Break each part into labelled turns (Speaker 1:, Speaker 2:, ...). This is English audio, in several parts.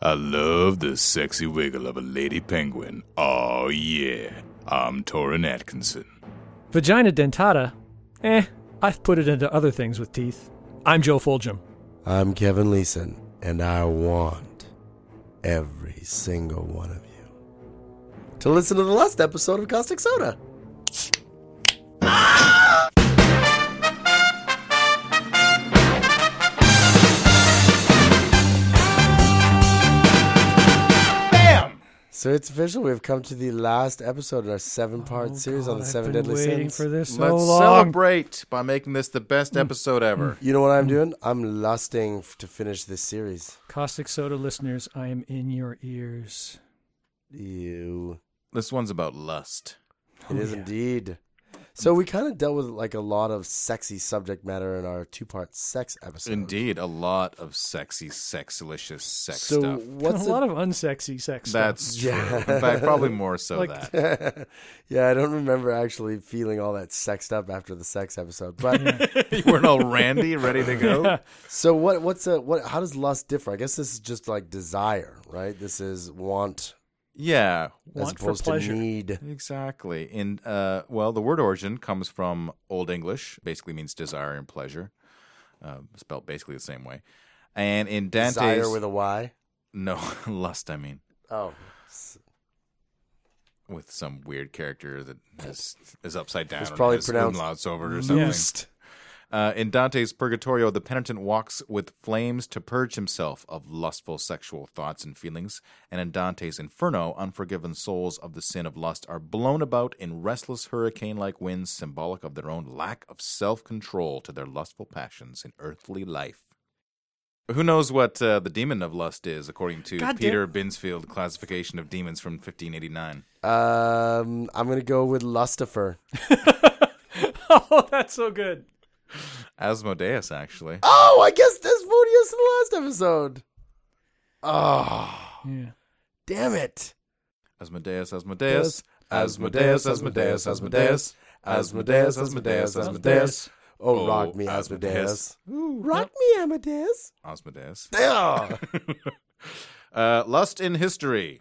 Speaker 1: I love the sexy wiggle of a lady penguin. Oh yeah, I'm Torin Atkinson.
Speaker 2: Vagina dentata? Eh, I've put it into other things with teeth. I'm Joe Fulgham.
Speaker 3: I'm Kevin Leeson, and I want every single one of you to listen to the last episode of Caustic Soda. So it's official. We've come to the last episode in our seven-part series on the
Speaker 2: Oh, I've
Speaker 3: seven
Speaker 2: been
Speaker 3: deadly
Speaker 2: waiting
Speaker 3: sins.
Speaker 2: for this so
Speaker 4: Let's
Speaker 2: long.
Speaker 4: celebrate by making this the best episode ever.
Speaker 3: You know what
Speaker 2: Mm.
Speaker 3: I'm doing? I'm lusting f- to finish this series.
Speaker 2: Caustic Soda listeners, I am in your ears.
Speaker 3: You.
Speaker 4: This one's about lust.
Speaker 2: Oh,
Speaker 3: It is indeed. So we kind of dealt with like a lot of sexy subject matter in our two-part sex episode.
Speaker 4: Indeed, a lot of sexy, sexilicious sex
Speaker 3: So
Speaker 4: stuff.
Speaker 3: what's
Speaker 2: a lot of unsexy sex
Speaker 4: That's true.
Speaker 3: Yeah.
Speaker 4: In fact, probably more so
Speaker 2: Like-
Speaker 4: that.
Speaker 3: yeah, I don't remember actually feeling all that sexed up after the sex episode. But
Speaker 4: You weren't all randy, ready to go.
Speaker 3: so what? What's a what? How does lust differ? I guess this is just like desire, right? This is want
Speaker 4: Yeah.
Speaker 3: as
Speaker 2: Want for
Speaker 3: opposed to
Speaker 2: pleasure.
Speaker 3: need.
Speaker 4: Exactly. And uh, well, the word origin comes from Old English, basically means desire and pleasure, uh, spelt basically the same way. And in Dante's
Speaker 3: Desire with a Y.
Speaker 4: no lust, I mean,
Speaker 3: Oh,
Speaker 4: with some weird character that is, is upside down.
Speaker 3: It's
Speaker 4: and
Speaker 3: probably
Speaker 4: has
Speaker 3: pronounced
Speaker 4: umlauts over it or something.
Speaker 2: Yes.
Speaker 4: Uh, in Dante's Purgatorio, the penitent walks with flames to purge himself of lustful sexual thoughts and feelings. And in Dante's Inferno, unforgiven souls of the sin of lust are blown about in restless hurricane like winds, symbolic of their own lack of self control to their lustful passions in earthly life. Who knows what uh, the demon of lust is, according to
Speaker 2: God damn-
Speaker 4: Peter Binsfield classification of demons from 1589?
Speaker 3: um, I'm gonna go with lustifer.
Speaker 2: oh, that's so good.
Speaker 4: Asmodeus, actually.
Speaker 3: Oh, I guess Desmodius in the last episode. Oh,
Speaker 2: Yeah.
Speaker 3: damn it.
Speaker 4: Asmodeus, Asmodeus,
Speaker 3: Asmodeus, Asmodeus, Asmodeus, Asmodeus, Asmodeus, Asmodeus. Oh,
Speaker 4: Oh,
Speaker 3: rock me,
Speaker 4: Asmodeus.
Speaker 3: Asmodeus. Ooh, rock me, Asmodeus.
Speaker 4: Asmodeus.
Speaker 3: Yeah.
Speaker 4: Uh, Lust in History.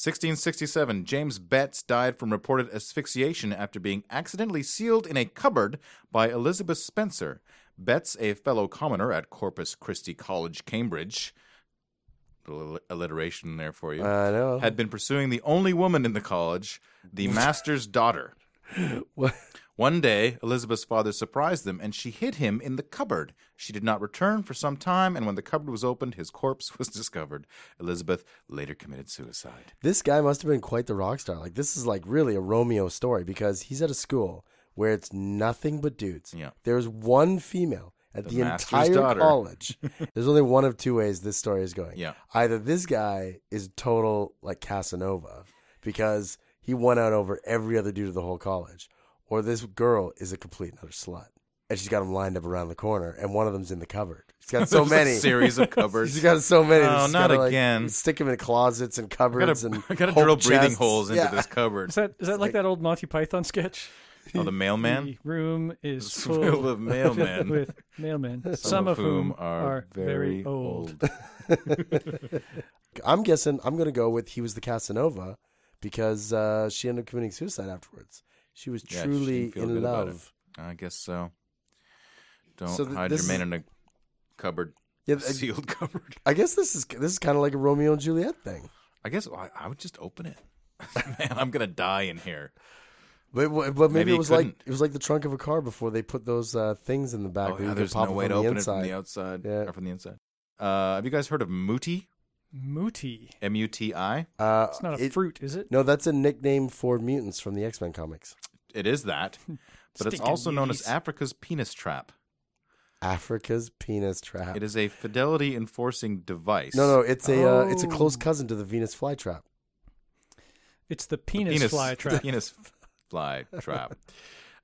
Speaker 4: 1667, James Betts died from reported asphyxiation after being accidentally sealed in a cupboard by Elizabeth Spencer. Betts, a fellow commoner at Corpus Christi College, Cambridge, little alliteration there for you,
Speaker 3: I know.
Speaker 4: had been pursuing the only woman in the college, the master's daughter.
Speaker 3: What?
Speaker 4: One day, Elizabeth's father surprised them, and she hid him in the cupboard. She did not return for some time, and when the cupboard was opened, his corpse was discovered. Elizabeth later committed suicide.
Speaker 3: This guy must have been quite the rock star. Like, this is like really a Romeo story because he's at a school where it's nothing but dudes.
Speaker 4: Yeah.
Speaker 3: There's one female at
Speaker 4: The
Speaker 3: the,
Speaker 4: master's
Speaker 3: entire
Speaker 4: daughter.
Speaker 3: college. There's only one of two ways this story is going.
Speaker 4: Yeah.
Speaker 3: Either this guy is total like Casanova because he won out over every other dude of the whole college, or this girl is a complete and utter slut. And she's got him lined up around the corner, and one of them's in the cupboard. She's got so
Speaker 4: There's
Speaker 3: many.
Speaker 4: A series of
Speaker 3: She's
Speaker 4: cupboards.
Speaker 3: got so many.
Speaker 4: Oh,
Speaker 3: She's
Speaker 4: not
Speaker 3: gotta, like,
Speaker 4: again.
Speaker 3: stick them in closets and
Speaker 4: I
Speaker 3: cupboards
Speaker 4: gotta,
Speaker 3: and
Speaker 4: I gotta
Speaker 3: hope
Speaker 4: drill breathing
Speaker 3: chests.
Speaker 4: holes into
Speaker 3: Yeah.
Speaker 4: this cupboard.
Speaker 2: Is that is that like that old Monty Python sketch?
Speaker 4: Oh, the mailman?
Speaker 2: The room is
Speaker 4: It's
Speaker 2: full,
Speaker 4: full of mailmen.
Speaker 2: with mailmen, some, of whom are, very old.
Speaker 3: I'm guessing I'm gonna go with he was the Casanova because uh, she ended up committing suicide afterwards. She was
Speaker 4: Yeah, she didn't
Speaker 3: truly
Speaker 4: feel
Speaker 3: in
Speaker 4: good about it.
Speaker 3: love.
Speaker 4: I guess so. Don't
Speaker 3: So th-
Speaker 4: hide
Speaker 3: this
Speaker 4: your
Speaker 3: is-
Speaker 4: man in a cupboard,
Speaker 3: Yeah,
Speaker 4: a
Speaker 3: I,
Speaker 4: sealed cupboard.
Speaker 3: I guess this is this is kind of like a Romeo and Juliet thing.
Speaker 4: I guess I, I would just open it. man, I'm gonna die in here.
Speaker 3: But, but maybe,
Speaker 4: Maybe
Speaker 3: it
Speaker 4: he
Speaker 3: was like
Speaker 4: couldn't.
Speaker 3: it was like the trunk of a car before they put those uh, things in the back.
Speaker 4: Oh,
Speaker 3: that you
Speaker 4: yeah,
Speaker 3: could
Speaker 4: there's
Speaker 3: pop
Speaker 4: no
Speaker 3: up
Speaker 4: way
Speaker 3: from
Speaker 4: to
Speaker 3: the
Speaker 4: open it
Speaker 3: inside.
Speaker 4: from the outside
Speaker 3: Yeah.
Speaker 4: or from the inside. Uh, have you guys heard of Muti?
Speaker 2: Mooty.
Speaker 4: M U T I.
Speaker 3: Uh,
Speaker 2: It's not a
Speaker 3: it-
Speaker 2: fruit, is it?
Speaker 3: No, that's a nickname for mutants from the X Men comics.
Speaker 4: It is that,
Speaker 3: Hmm.
Speaker 4: but it's
Speaker 2: Stinking
Speaker 4: also known as
Speaker 2: muties.
Speaker 4: Africa's penis trap.
Speaker 3: Africa's penis trap.
Speaker 4: It is a fidelity enforcing device.
Speaker 3: No, no, it's a uh, it's a
Speaker 2: Oh.
Speaker 3: close cousin to the Venus flytrap.
Speaker 2: It's the
Speaker 4: The
Speaker 2: penis, fly trap.
Speaker 4: Penis fly trap.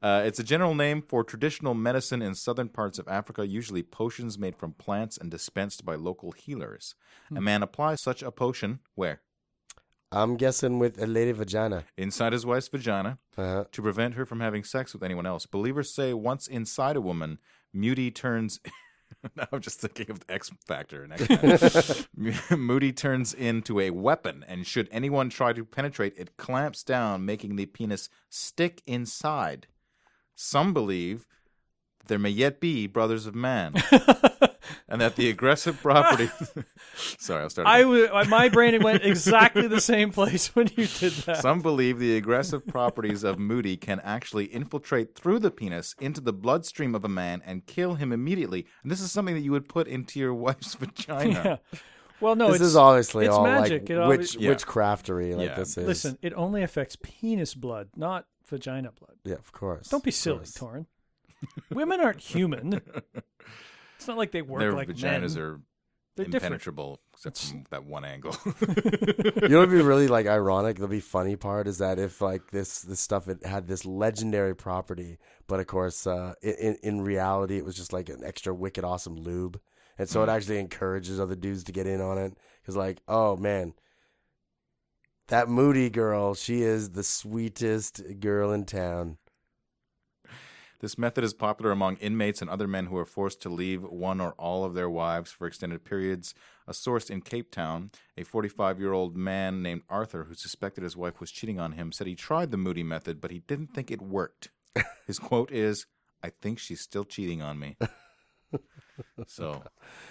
Speaker 4: Uh, it's a general name for traditional medicine in southern parts of Africa, usually potions made from plants and dispensed by local healers. A
Speaker 2: Hmm.
Speaker 4: man applies such a potion where?
Speaker 3: I'm guessing with a lady vagina.
Speaker 4: Inside his wife's vagina,
Speaker 3: Uh-huh.
Speaker 4: to prevent her from having sex with anyone else. Believers say once inside a woman, Muti turns now I'm just thinking of X Factor. And X Moody turns into a weapon, and should anyone try to penetrate, it clamps down, making the penis stick inside. Some believe there may yet be brothers of man, and that the aggressive property. Sorry, I'll start.
Speaker 2: I
Speaker 4: again.
Speaker 2: w- my brain went exactly the same place when you did that.
Speaker 4: Some believe the aggressive properties of Moody can actually infiltrate through the penis into the bloodstream of a man and kill him immediately. And this is something that you would put into your wife's vagina.
Speaker 2: well, no,
Speaker 3: this
Speaker 2: Oh, it's,
Speaker 3: is obviously
Speaker 2: it's
Speaker 3: all
Speaker 2: magic. It
Speaker 3: like
Speaker 2: obvi-
Speaker 3: witch,
Speaker 4: Yeah.
Speaker 3: witchcraftery. Like
Speaker 4: Yeah.
Speaker 3: this is.
Speaker 2: listen. It only affects penis blood, not vagina blood.
Speaker 3: Yeah, of course.
Speaker 2: Don't be
Speaker 3: of
Speaker 2: silly,
Speaker 3: course.
Speaker 2: Torin. Women aren't human. It's not like they work
Speaker 4: Their
Speaker 2: like
Speaker 4: vaginas
Speaker 2: men.
Speaker 4: are
Speaker 2: They're different.
Speaker 4: impenetrable except from that one angle.
Speaker 3: You know what would be really like ironic? The be funny part is that if like this this stuff it had this legendary property, but of course uh, in- in in reality it was just like an extra wicked awesome lube, and so it actually encourages other dudes to get in on it because like oh man, that moody girl she is the sweetest girl in town.
Speaker 4: this method is popular among inmates and other men who are forced to leave one or all of their wives for extended periods. A source in Cape Town, a 45 year old man named Arthur, who suspected his wife was cheating on him, said he tried the Moody method, but he didn't think it worked. His quote is, I think she's still cheating on me. So,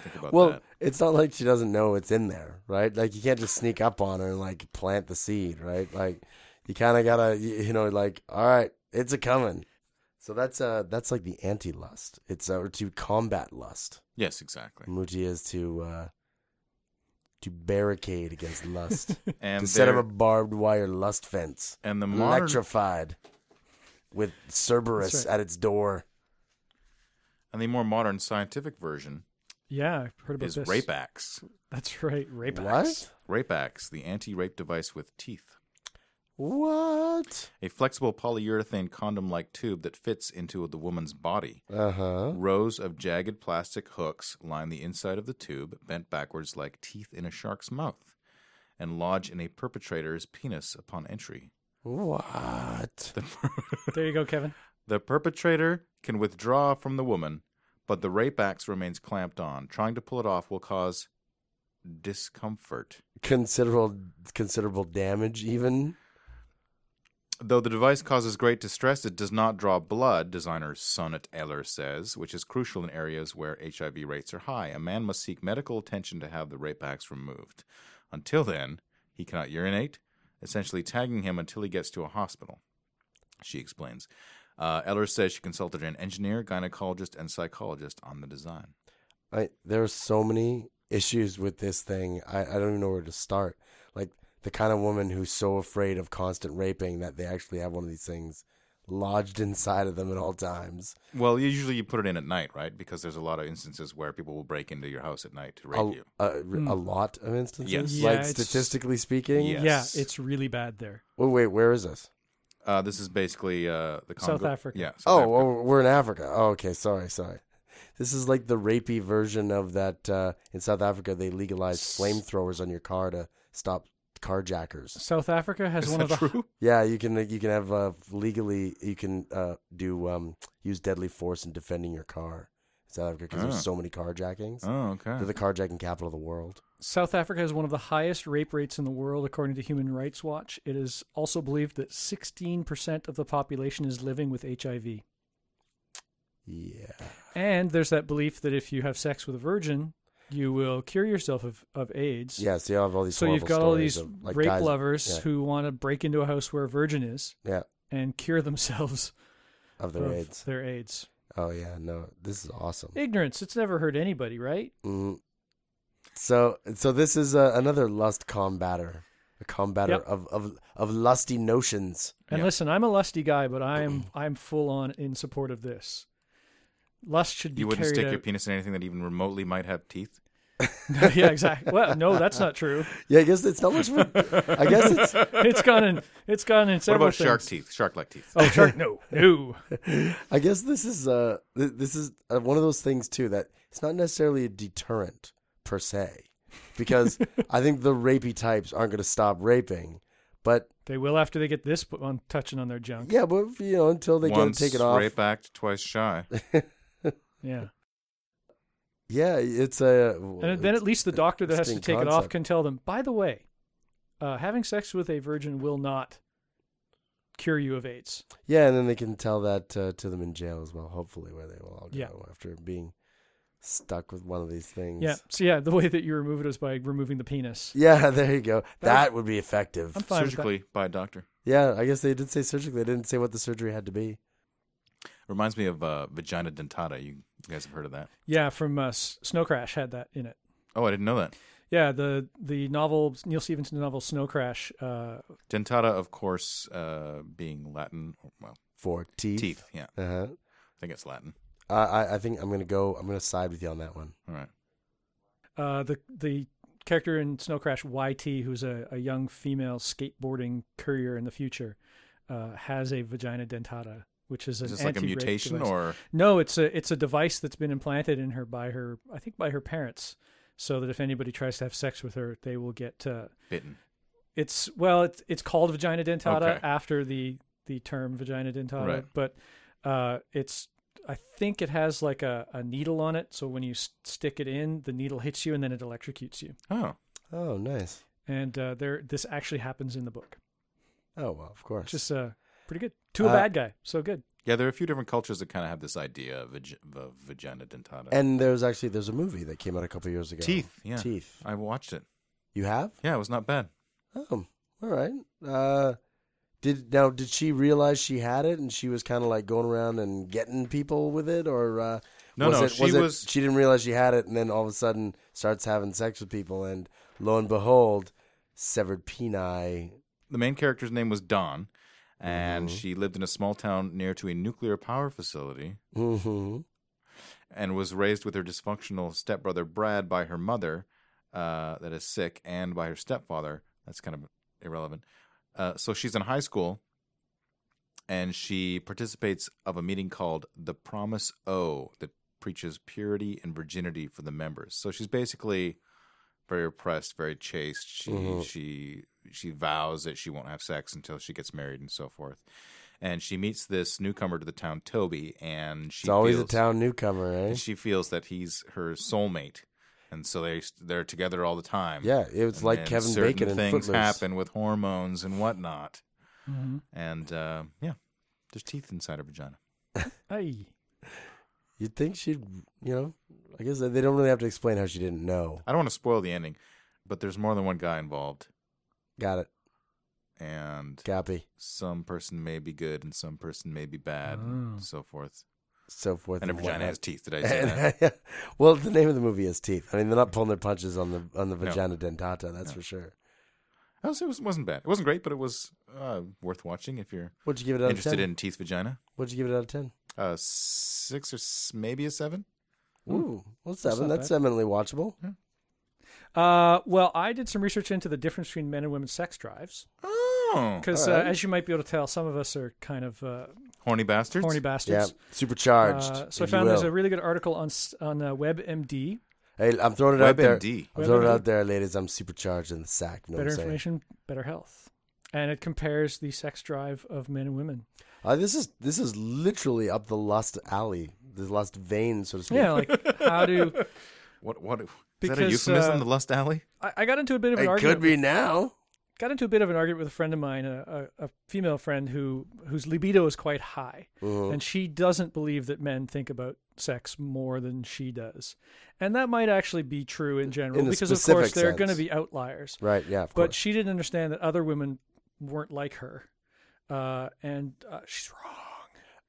Speaker 4: think about
Speaker 3: Well,
Speaker 4: that.
Speaker 3: it's not like she doesn't know it's in there, right? Like you can't just sneak up on her and like plant the seed, right? Like you kind of gotta, you, you know, like all right, it's a coming. So that's uh that's like the anti lust. It's uh, to combat lust.
Speaker 4: Yes, exactly.
Speaker 3: Muji is to uh to barricade against lust.
Speaker 4: And
Speaker 3: to set up
Speaker 4: there-
Speaker 3: a barbed wire lust fence,
Speaker 4: and the modern
Speaker 3: electrified with Cerberus
Speaker 2: That's right.
Speaker 3: at its door.
Speaker 4: and the more modern scientific version
Speaker 2: Yeah, I've heard about
Speaker 4: is
Speaker 2: this.
Speaker 4: rape axe.
Speaker 2: That's right, rape
Speaker 3: What?
Speaker 2: acts.
Speaker 4: Rape axe, the anti-rape device with teeth.
Speaker 3: What?
Speaker 4: a flexible polyurethane condom like tube that fits into the woman's body.
Speaker 3: Uh huh.
Speaker 4: Rows of jagged plastic hooks line the inside of the tube, bent backwards like teeth in a shark's mouth, and lodge in a perpetrator's penis upon entry.
Speaker 3: What?
Speaker 4: The,
Speaker 2: There you go, Kevin.
Speaker 4: the perpetrator can withdraw from the woman, but the rape axe remains clamped on. Trying to pull it off will cause discomfort.
Speaker 3: considerable considerable damage even
Speaker 4: Though the device causes great distress, it does not draw blood, designer Sonnet Eller says, which is crucial in areas where HIV rates are high. A man must seek medical attention to have the rape axe removed. Until then, he cannot urinate, essentially tagging him until he gets to a hospital, she explains. Uh, Eller says she consulted an engineer, gynecologist, and psychologist on the design.
Speaker 3: I, there are so many issues with this thing I, I don't even know where to start like the kind of woman who's so afraid of constant raping that they actually have one of these things lodged inside of them at all times
Speaker 4: Well, usually you put it in at night, right? Because there's a lot of instances where people will break into your house at night to rape
Speaker 3: a,
Speaker 4: you.
Speaker 3: a, a lot of instances
Speaker 4: Yes.
Speaker 2: Hmm. Yeah,
Speaker 3: like
Speaker 2: it's-
Speaker 3: statistically speaking
Speaker 4: Yeah. Yes.
Speaker 2: Yeah, it's really bad there.
Speaker 3: oh wait where is this
Speaker 4: Uh, this is basically uh, the Congo.
Speaker 2: South Africa.
Speaker 4: Yeah. South
Speaker 3: oh
Speaker 4: Africa.
Speaker 3: well, we're in africa oh, okay sorry sorry this is like the rapey version of that uh, in south africa they legalized flamethrowers on your car to stop carjackers
Speaker 2: South Africa has
Speaker 4: Is
Speaker 2: one
Speaker 4: that
Speaker 2: of the
Speaker 4: true?
Speaker 3: Yeah, you can you can have uh, legally you can uh, do um, use deadly force in defending your car in South Africa because
Speaker 4: Ah.
Speaker 3: there's so many carjackings.
Speaker 4: Oh, okay.
Speaker 3: They're the carjacking capital of the world.
Speaker 2: South Africa has one of the highest rape rates in the world, according to Human Rights Watch. It is also believed that 16% of the population is living with HIV.
Speaker 3: Yeah,
Speaker 2: And there's that belief that if you have sex with a virgin, you will cure yourself of, of AIDS.
Speaker 3: yeah. So you have all these.
Speaker 2: so you've
Speaker 3: horrible
Speaker 2: got all
Speaker 3: stories
Speaker 2: these
Speaker 3: of, like,
Speaker 2: rape
Speaker 3: guys-
Speaker 2: lovers
Speaker 3: yeah.
Speaker 2: who want to break into a house where a virgin is
Speaker 3: Yeah,
Speaker 2: and cure themselves
Speaker 3: of their
Speaker 2: of
Speaker 3: AIDS.
Speaker 2: their AIDS.
Speaker 3: Oh yeah, no, this is awesome.
Speaker 2: Ignorance, it's never hurt anybody, right?
Speaker 3: Mm. So so this is uh, another lust combatter, a combatter
Speaker 2: Yep.
Speaker 3: of, of of lusty notions.
Speaker 2: And
Speaker 4: Yeah.
Speaker 2: listen, I'm a lusty guy, but I'm I'm full on in support of this. Lust should be
Speaker 4: You wouldn't
Speaker 2: carried
Speaker 4: stick
Speaker 2: out.
Speaker 4: your penis in anything that even remotely might have teeth.
Speaker 2: yeah, exactly. Well, no, that's not true.
Speaker 3: Yeah, I guess it's not much. For, I guess it's
Speaker 2: It's gone in. It's gone in
Speaker 4: What
Speaker 2: several
Speaker 4: about shark
Speaker 2: things.
Speaker 4: teeth? Shark-like teeth.
Speaker 2: Oh, shark! No, no.
Speaker 3: I guess this is uh th- this is uh, one of those things too that it's not necessarily a deterrent per se, because I think the rapey types aren't going to stop raping, but
Speaker 2: They will after they get this one touching on their junk.
Speaker 3: yeah, but you know until they
Speaker 4: Once
Speaker 3: get it taken off,
Speaker 4: rape act, twice shy.
Speaker 2: Yeah.
Speaker 3: Yeah, it's a.
Speaker 2: And then at least the doctor that has to
Speaker 3: interesting
Speaker 2: take it off
Speaker 3: concept.
Speaker 2: can tell them, by the way, uh, having sex with a virgin will not cure you of AIDS.
Speaker 3: Yeah, and then they can tell that uh, to them in jail as well. Hopefully, where they will all go
Speaker 2: Yeah.
Speaker 3: after being stuck with one of these things.
Speaker 2: Yeah. So, yeah, the way that you remove it is by removing the penis.
Speaker 3: Yeah, there you go.
Speaker 2: That
Speaker 3: That would be effective.
Speaker 2: I'm fine with that.
Speaker 4: surgically by a doctor.
Speaker 3: Yeah, I guess they did say surgically. They didn't say what the surgery had to be.
Speaker 4: Reminds me of uh, vagina dentata. You you guys have heard of that?
Speaker 2: Yeah, from uh, S- Snow Crash had that in it.
Speaker 4: Oh, I didn't know that.
Speaker 2: Yeah, the the novel Neil Stevenson novel Snow Crash. Uh,
Speaker 4: Dentata, of course, uh, being Latin. Well,
Speaker 3: For teeth.
Speaker 4: teeth. Yeah, I
Speaker 3: Uh-huh.
Speaker 4: think it's Latin.
Speaker 3: I, I, I think I'm going to go, I'm going to side with you on that one.
Speaker 4: All right.
Speaker 2: uh, the the character in Snow Crash YT, who's a, a young female skateboarding courier in the future, uh, has a vagina dentata, which is an
Speaker 4: Is this like a
Speaker 2: anti-rape
Speaker 4: mutation
Speaker 2: device.
Speaker 4: or
Speaker 2: No, it's a it's a device that's been implanted in her by her I think by her parents, so that if anybody tries to have sex with her, they will get. Uh,
Speaker 4: bitten?
Speaker 2: it's well, it's it's called vagina dentata
Speaker 4: Okay.
Speaker 2: after the the term vagina dentata,
Speaker 4: Right.
Speaker 2: but uh, it's I think it has like a, a needle on it, so when you s- stick it in, the needle hits you and then it electrocutes you.
Speaker 4: Oh,
Speaker 3: Oh, nice.
Speaker 2: And uh, there, this actually happens in the book,
Speaker 3: Oh, well, of course.
Speaker 2: which is uh, pretty good. To a
Speaker 3: Uh,
Speaker 2: bad guy, so good.
Speaker 4: yeah. There are a few different cultures that kind of have this idea of, vag- of vagina dentata.
Speaker 3: and there was actually, there's a movie that came out a couple years ago.
Speaker 4: teeth. Yeah,
Speaker 3: Teeth.
Speaker 4: I watched it.
Speaker 3: You have?
Speaker 4: Yeah, it was not bad.
Speaker 3: Oh, all right. Uh, did now did she realize she had it and she was kind of like going around and getting people with it, or uh,
Speaker 4: No,
Speaker 3: was
Speaker 4: no,
Speaker 3: it,
Speaker 4: she
Speaker 3: it-
Speaker 4: was-
Speaker 3: she didn't realize she had it, and then all of a sudden starts having sex with people, and lo and behold, severed peni.
Speaker 4: the main character's name was Dawn, and
Speaker 3: Mhm.
Speaker 4: she lived in a small town near to a nuclear power facility
Speaker 3: Mm-hmm.
Speaker 4: and was raised with her dysfunctional stepbrother Brad by her mother, uh, that is sick, and by her stepfather. That's kind of irrelevant. Uh, so she's in high school, and she participates of a meeting called the Promise O that preaches purity and virginity for the members. So she's basically very repressed, very chaste. She
Speaker 3: Mhm.
Speaker 4: she she vows that she won't have sex until she gets married and so forth. And she meets this newcomer to the town, Toby, and she
Speaker 3: It's always a
Speaker 4: feels-
Speaker 3: town newcomer,
Speaker 4: and
Speaker 3: eh?
Speaker 4: she feels that he's her soulmate, and so they they're together all the time.
Speaker 3: Yeah, it was
Speaker 4: And
Speaker 3: like
Speaker 4: then
Speaker 3: Kevin
Speaker 4: certain
Speaker 3: Bacon in
Speaker 4: things
Speaker 3: Footloose.
Speaker 4: happen with hormones and whatnot, and uh, yeah, there's teeth inside her vagina.
Speaker 2: Aye.
Speaker 3: You'd think she'd, you know, I guess they don't really have to explain how she didn't know.
Speaker 4: I don't want to spoil the ending, but there's more than one guy involved,
Speaker 3: Got it,
Speaker 4: and
Speaker 3: copy,
Speaker 4: some person may be good and some person may be bad, and so forth.
Speaker 3: so forth.
Speaker 4: And a
Speaker 3: whatnot.
Speaker 4: vagina has teeth. Did I say that?
Speaker 3: And- well, the name of the movie is Teeth. I mean, they're not pulling their punches on the on the
Speaker 4: No.
Speaker 3: vagina dentata. That's for sure.
Speaker 4: I was, it was, wasn't bad. It wasn't great, but it was uh, worth watching if you're
Speaker 3: What'd you give it out of
Speaker 4: interested
Speaker 3: ten?
Speaker 4: in teeth vagina.
Speaker 3: What'd you give it out of ten?
Speaker 4: Uh, six or s- maybe a seven.
Speaker 3: Ooh, well,
Speaker 2: Hmm. not
Speaker 3: seven. That's
Speaker 2: bad.
Speaker 3: eminently watchable.
Speaker 2: Uh, well, I did some research into the difference between men and women's sex drives.
Speaker 4: Oh,
Speaker 2: Because
Speaker 3: All
Speaker 2: uh,
Speaker 3: right.
Speaker 2: as you might be able to tell, some of us are kind of uh,
Speaker 4: horny bastards.
Speaker 2: horny
Speaker 3: Yeah,
Speaker 2: bastards.
Speaker 3: supercharged.
Speaker 2: Uh, so I
Speaker 3: if you
Speaker 2: found there's
Speaker 3: will.
Speaker 2: a really good article on s- on uh, WebMD.
Speaker 3: Hey, I'm throwing it out there.
Speaker 4: WebMD.
Speaker 3: I'm throwing it
Speaker 2: WebMD.
Speaker 3: out there, ladies. I'm supercharged in the sack. You know
Speaker 2: better
Speaker 3: what I'm saying?
Speaker 2: information, better health, and it compares the sex drive of men and women.
Speaker 3: Uh, this is this is literally up the lust alley, the lust vein, so to speak.
Speaker 2: Yeah, like how do
Speaker 4: What? What? Is that a
Speaker 2: Because,
Speaker 4: euphemism?
Speaker 2: uh,
Speaker 4: the lust alley?
Speaker 2: I, I got into a bit of an
Speaker 3: it
Speaker 2: argument.
Speaker 3: could be now.
Speaker 2: Got into a bit of an argument with a friend of mine, a, a, a female friend who whose libido is quite high, and she doesn't believe that men think about sex more than she does, and that might actually be true in general
Speaker 3: In the
Speaker 2: because of course
Speaker 3: specific
Speaker 2: there are going to
Speaker 3: sense.
Speaker 2: be outliers.
Speaker 3: Right? Yeah. Of
Speaker 2: but
Speaker 3: course.
Speaker 2: she didn't understand that other women weren't like her, uh, and uh, she's wrong.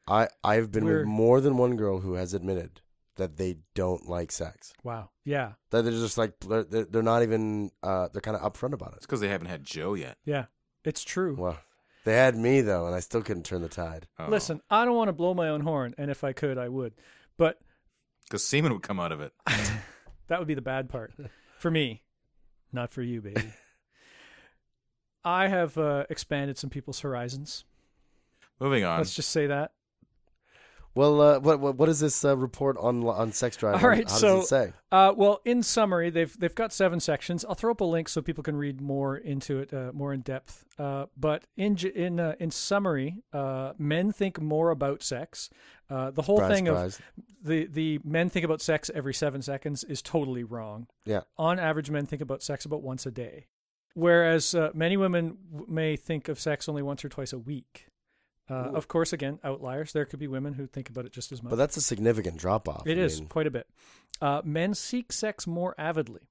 Speaker 3: I I've been
Speaker 2: We're-
Speaker 3: with more than one girl who has admitted that they don't like sex.
Speaker 2: Wow. Yeah.
Speaker 3: that they're just like they're, they're they're not even uh they're kind of upfront about
Speaker 4: It's
Speaker 3: it
Speaker 4: because they haven't had Joe yet.
Speaker 2: Yeah. It's true.
Speaker 3: well they had me though and i still couldn't turn the tide
Speaker 4: Oh.
Speaker 2: Listen, I don't want to blow my own horn, and if I could, I would. But
Speaker 4: because semen would come out of it.
Speaker 2: that would be the bad part for me, not for you, baby. I have uh, expanded some people's horizons.
Speaker 4: Moving on.
Speaker 2: Let's just say that.
Speaker 3: Well, uh, what, what what is this uh, report on on sex drive?
Speaker 2: All right,
Speaker 3: how
Speaker 2: so
Speaker 3: does it say?
Speaker 2: Uh, well, in summary, they've they've got seven sections. I'll throw up a link so people can read more into it, uh, more in depth. Uh, but in ge- in uh, in summary, uh, men think more about sex. Uh, the whole
Speaker 3: Surprise,
Speaker 2: thing
Speaker 3: surprise.
Speaker 2: of the the men think about sex every seven seconds is totally wrong.
Speaker 3: Yeah.
Speaker 2: On average, men think about sex about once a day, whereas uh, many women w- may think of sex only once or twice a week. Uh, of course, again, outliers. There could be women who think about it just as much.
Speaker 3: But that's a significant drop off.
Speaker 2: It
Speaker 3: I
Speaker 2: is
Speaker 3: mean,
Speaker 2: quite a bit. Uh, men seek sex more avidly.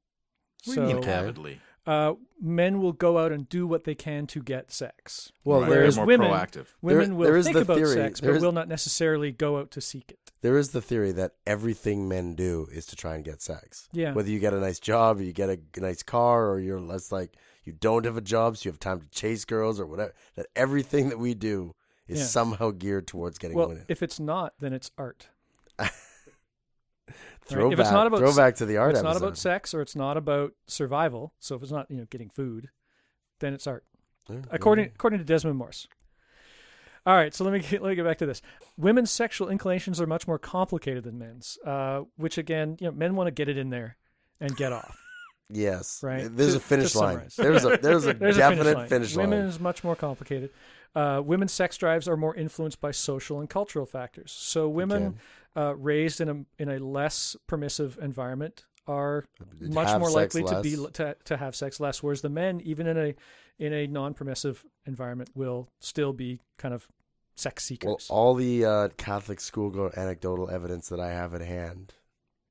Speaker 2: So
Speaker 3: mean Okay.
Speaker 4: avidly.
Speaker 2: uh, men will go out and do what they can to get sex.
Speaker 3: Well,
Speaker 4: Right,
Speaker 3: there
Speaker 4: they're
Speaker 3: is
Speaker 4: more
Speaker 2: women,
Speaker 4: proactive.
Speaker 2: women
Speaker 3: There-
Speaker 2: will
Speaker 3: there is
Speaker 2: think
Speaker 3: the
Speaker 2: about
Speaker 3: theory-
Speaker 2: sex,
Speaker 3: there
Speaker 2: but
Speaker 3: is-
Speaker 2: will not necessarily go out to seek it.
Speaker 3: there is the theory that everything men do is to try and get sex.
Speaker 2: Yeah.
Speaker 3: Whether you get a nice job, or you get a g- nice car, or you're less like you don't have a job, so you have time to chase girls or whatever. That everything that we do is
Speaker 2: Yeah.
Speaker 3: somehow geared towards getting
Speaker 2: Well,
Speaker 3: women.
Speaker 2: if it's not, then it's art.
Speaker 3: Throwback,
Speaker 2: if it's not about
Speaker 3: throwback to the
Speaker 2: If
Speaker 3: art
Speaker 2: it's
Speaker 3: episode.
Speaker 2: not about sex, or it's not about survival. So if it's not, you know, getting food, then it's art.
Speaker 3: Yeah,
Speaker 2: according according to Desmond Morse. All right, so let me get, let me get back to this. Women's sexual inclinations are much more complicated than men's, uh, which again, you know, men want to get it in there and get off.
Speaker 3: Yes.
Speaker 2: Right.
Speaker 3: There's
Speaker 2: To-
Speaker 3: a finish
Speaker 2: to
Speaker 3: line.
Speaker 2: summarize.
Speaker 3: There's a there's a
Speaker 2: There's
Speaker 3: definite
Speaker 2: a finish line. Women
Speaker 3: line.
Speaker 2: is much more complicated. Uh, women's sex drives are more influenced by social and cultural factors. So women uh, raised in a in a less permissive environment are much
Speaker 3: Have
Speaker 2: more
Speaker 3: sex
Speaker 2: likely to be
Speaker 3: less.
Speaker 2: to, to have sex less, whereas the men, even in a in a non permissive environment, will still be kind of sex
Speaker 3: Well,
Speaker 2: seekers.
Speaker 3: all the uh, Catholic schoolgirl anecdotal evidence that I have at hand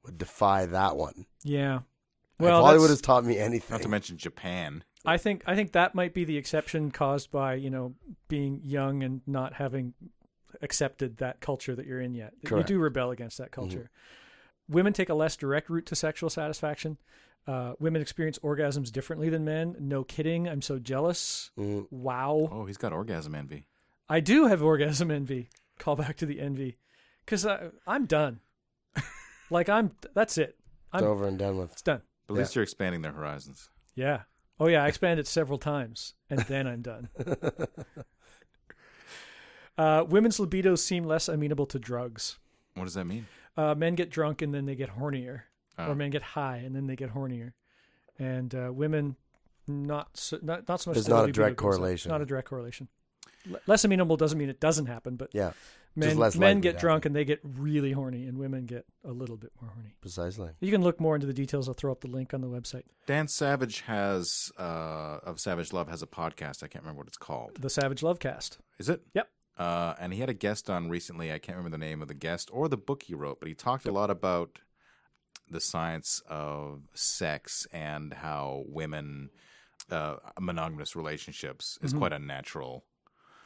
Speaker 3: would defy that one.
Speaker 2: yeah.
Speaker 3: Well,
Speaker 2: Well,
Speaker 3: if Hollywood
Speaker 2: that's-
Speaker 3: has taught me
Speaker 4: Not to
Speaker 3: anything.
Speaker 4: mention Japan.
Speaker 2: I think I think that might be the exception caused by you know being young and not having accepted that culture that you're in yet. That
Speaker 3: Correct. Mm-hmm.
Speaker 2: You do rebel against that culture. Women take a less direct route to sexual satisfaction. Uh, women experience orgasms differently than men. No kidding. I'm so jealous.
Speaker 3: Mm.
Speaker 2: Wow.
Speaker 4: Oh, he's got orgasm envy.
Speaker 2: I do have orgasm envy. Call back to the envy, because I'm done. like I'm. That's it.
Speaker 3: It's
Speaker 2: I'm.
Speaker 3: over and done with.
Speaker 2: It's done.
Speaker 4: But at
Speaker 3: Yeah.
Speaker 4: least you're expanding their horizons.
Speaker 2: Yeah. Oh yeah, I expanded several times and then I'm done. uh, women's libidos seem less amenable to drugs.
Speaker 4: What does that mean?
Speaker 2: Uh, men get drunk and then they get hornier,
Speaker 4: Oh.
Speaker 3: Ah.
Speaker 2: or men get high and then they get hornier, and uh, women not so, not not so much.
Speaker 3: There's
Speaker 2: the
Speaker 3: not a
Speaker 2: libido
Speaker 3: direct
Speaker 2: goes up.
Speaker 3: correlation.
Speaker 2: Not a direct correlation. L- less amenable doesn't mean it doesn't happen, but
Speaker 3: Yeah,
Speaker 2: men
Speaker 3: less
Speaker 2: men
Speaker 3: likely
Speaker 2: get
Speaker 3: to
Speaker 2: drunk and they get really horny, and women get a little bit more horny.
Speaker 3: precisely.
Speaker 2: You can look more into the details. I'll throw up the link on the website.
Speaker 4: Dan Savage has uh, of Savage Love has a podcast. I can't remember what it's called.
Speaker 2: The Savage Love Cast.
Speaker 4: Is it?
Speaker 2: Yep.
Speaker 4: Uh, and he had a guest on recently. I can't remember the name of the guest or the book he wrote, but he talked a lot about the science of sex and how women uh, monogamous relationships is quite unnatural,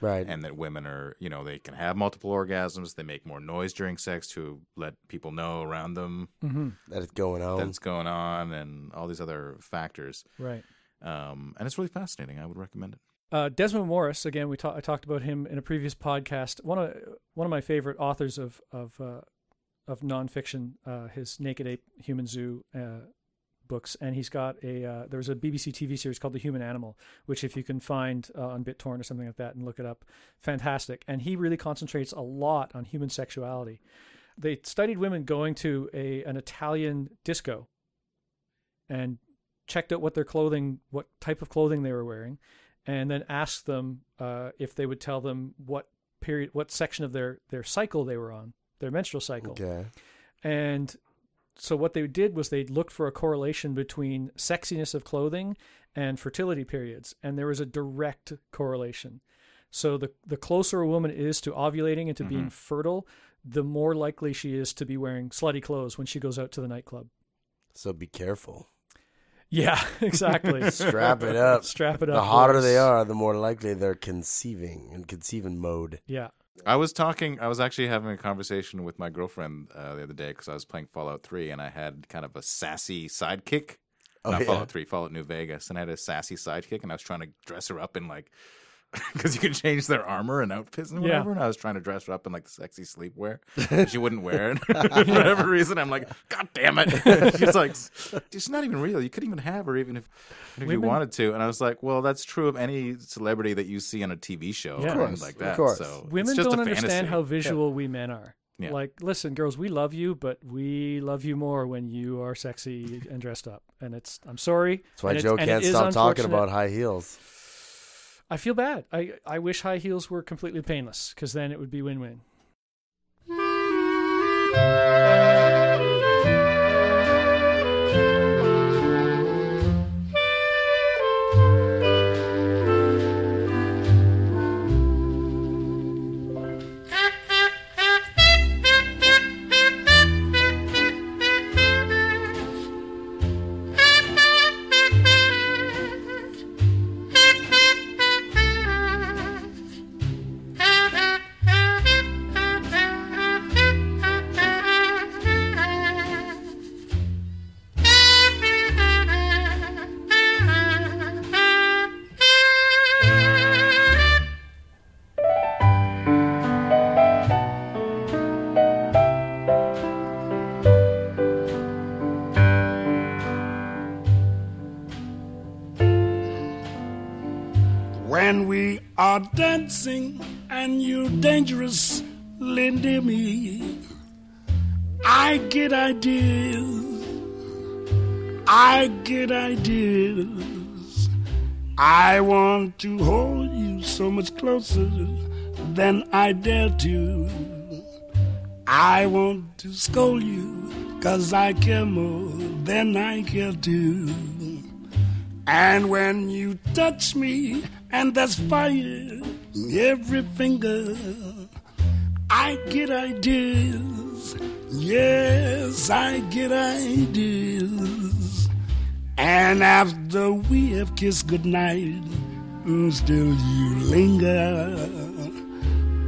Speaker 3: Right.
Speaker 4: and that women are you know they can have multiple orgasms. They make more noise during sex to let people know around them
Speaker 2: Mm-hmm.
Speaker 3: that it's going on.
Speaker 4: that's going on, and all these other factors.
Speaker 2: Right.
Speaker 4: Um, and it's really fascinating. I would recommend it.
Speaker 2: Uh, Desmond Morris, again, we ta- I talked about him in a previous podcast. One of one of my favorite authors of of uh, of nonfiction, uh, his Naked Ape Human Zoo uh, books, and he's got a uh, there was a BBC TV series called The Human Animal, which if you can find uh, on BitTorrent or something like that and look it up, fantastic. And he really concentrates a lot on human sexuality. They studied women going to a an Italian disco and checked out what their clothing, what type of clothing they were wearing, and then asked them uh, if they would tell them what period, what section of their their cycle they were on, their menstrual cycle.
Speaker 3: okay.
Speaker 2: And so what they did was they looked for a correlation between sexiness of clothing and fertility periods, and there was a direct correlation. So the the closer a woman is to ovulating and to
Speaker 3: Mm-hmm.
Speaker 2: being fertile, the more likely she is to be wearing slutty clothes when she goes out to the nightclub.
Speaker 3: So be careful.
Speaker 2: Yeah, exactly.
Speaker 3: Strap it up.
Speaker 2: Strap it up.
Speaker 3: The hotter
Speaker 2: boys.
Speaker 3: they are, the more likely they're conceiving in conceiving mode.
Speaker 2: Yeah.
Speaker 4: I was talking. I was actually having a conversation with my girlfriend uh, the other day because I was playing Fallout Three, and I had kind of a sassy sidekick.
Speaker 3: Oh,
Speaker 4: Not
Speaker 3: yeah.
Speaker 4: Fallout Three, Fallout New Vegas, and I had a sassy sidekick, and I was trying to dress her up in like because you can change their armor and outfits and
Speaker 2: Yeah.
Speaker 4: whatever. And I was trying to dress her up in like sexy sleepwear. and she wouldn't wear it for whatever reason. I'm like, God damn it! She's like, she's not even real. You couldn't even have her even if, even if you
Speaker 2: Women-
Speaker 4: wanted to. And I was like, well, that's true of any celebrity that you see on a TV show
Speaker 2: Yeah. Of
Speaker 4: or anything
Speaker 3: course,
Speaker 4: like
Speaker 3: of
Speaker 4: that.
Speaker 3: course.
Speaker 4: So it's
Speaker 2: Women
Speaker 4: just a
Speaker 2: don't understand
Speaker 4: fantasy.
Speaker 2: how visual we men are.
Speaker 4: Yeah.
Speaker 2: Like, listen, girls, we love you, but we love you more when you are sexy and dressed up. And it's, I'm sorry.
Speaker 3: That's why
Speaker 2: and it's-
Speaker 3: Joe
Speaker 2: and it
Speaker 3: can't
Speaker 2: is
Speaker 3: stop talking
Speaker 2: unfortunate.
Speaker 3: about high heels.
Speaker 2: I feel bad. I, I wish high heels were completely painless because then it would be win win.
Speaker 5: When we are dancing and you dangerously near me, I get ideas. I get ideas. I want to hold you so much closer than I dare to. I want to scold you, cause I care more than I care to. And when you touch me, and there's fire in every finger, I get ideas. Yes, I get ideas. And after we have kissed goodnight, mm, still you linger.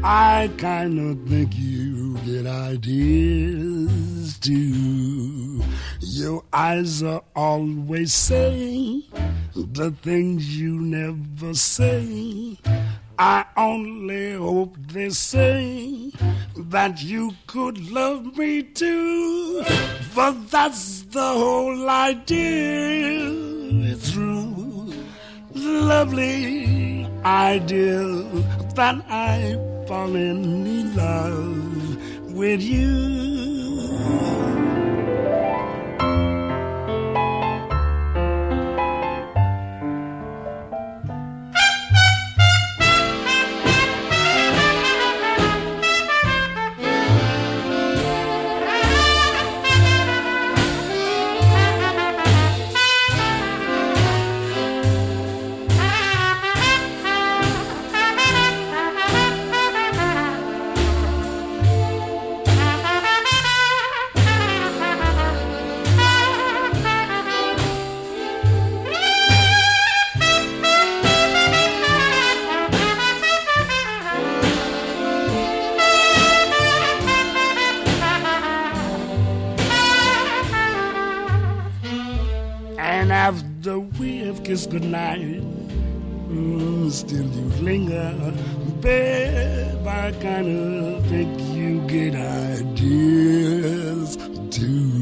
Speaker 5: I kind of think you get ideas too. Your eyes are always saying the things you never say. I only hope they say that you could love me too. But that's the whole idea. It's true, lovely idea that I fall in love with you. And after we have kissed goodnight, mm, still you linger. Babe, I kinda think you get ideas too.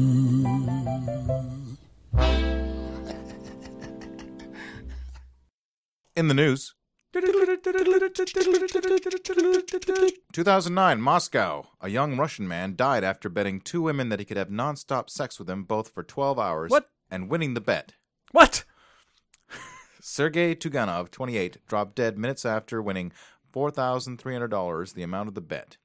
Speaker 4: In the news, 2009, Moscow. A young Russian man died after betting two women that he could have nonstop sex with them both for 12 hours
Speaker 2: What?
Speaker 4: and winning the bet.
Speaker 2: What?
Speaker 4: Sergei Tuganov, 28, dropped dead minutes after winning $4,300, the amount of the bet.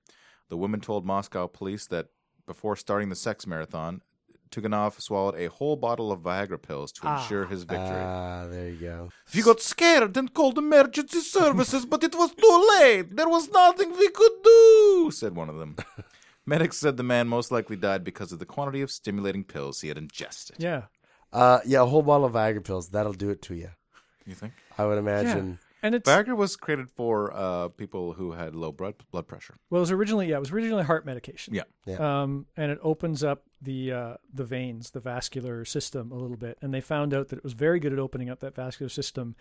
Speaker 4: The woman told Moscow police that before starting the sex marathon, Tuganov swallowed a whole bottle of Viagra pills to ensure his victory.
Speaker 3: Ah, there you go.
Speaker 4: We got scared and called emergency services, but it was too late. There was nothing we could do, said one of them. Medics said the man most likely died because of the quantity of stimulating pills he had ingested.
Speaker 2: Yeah.
Speaker 3: Uh, yeah, a whole bottle of Viagra pills that'll do it to you.
Speaker 4: You think?
Speaker 3: I would
Speaker 2: Yeah.
Speaker 3: imagine.
Speaker 2: And it's
Speaker 4: Viagra was created for uh, people who had low blood blood pressure.
Speaker 2: well, it was originally yeah, it was originally heart medication.
Speaker 4: Yeah.
Speaker 2: Um, and it opens up the uh, the veins, the vascular system a little bit, and they found out that it was very good at opening up that vascular system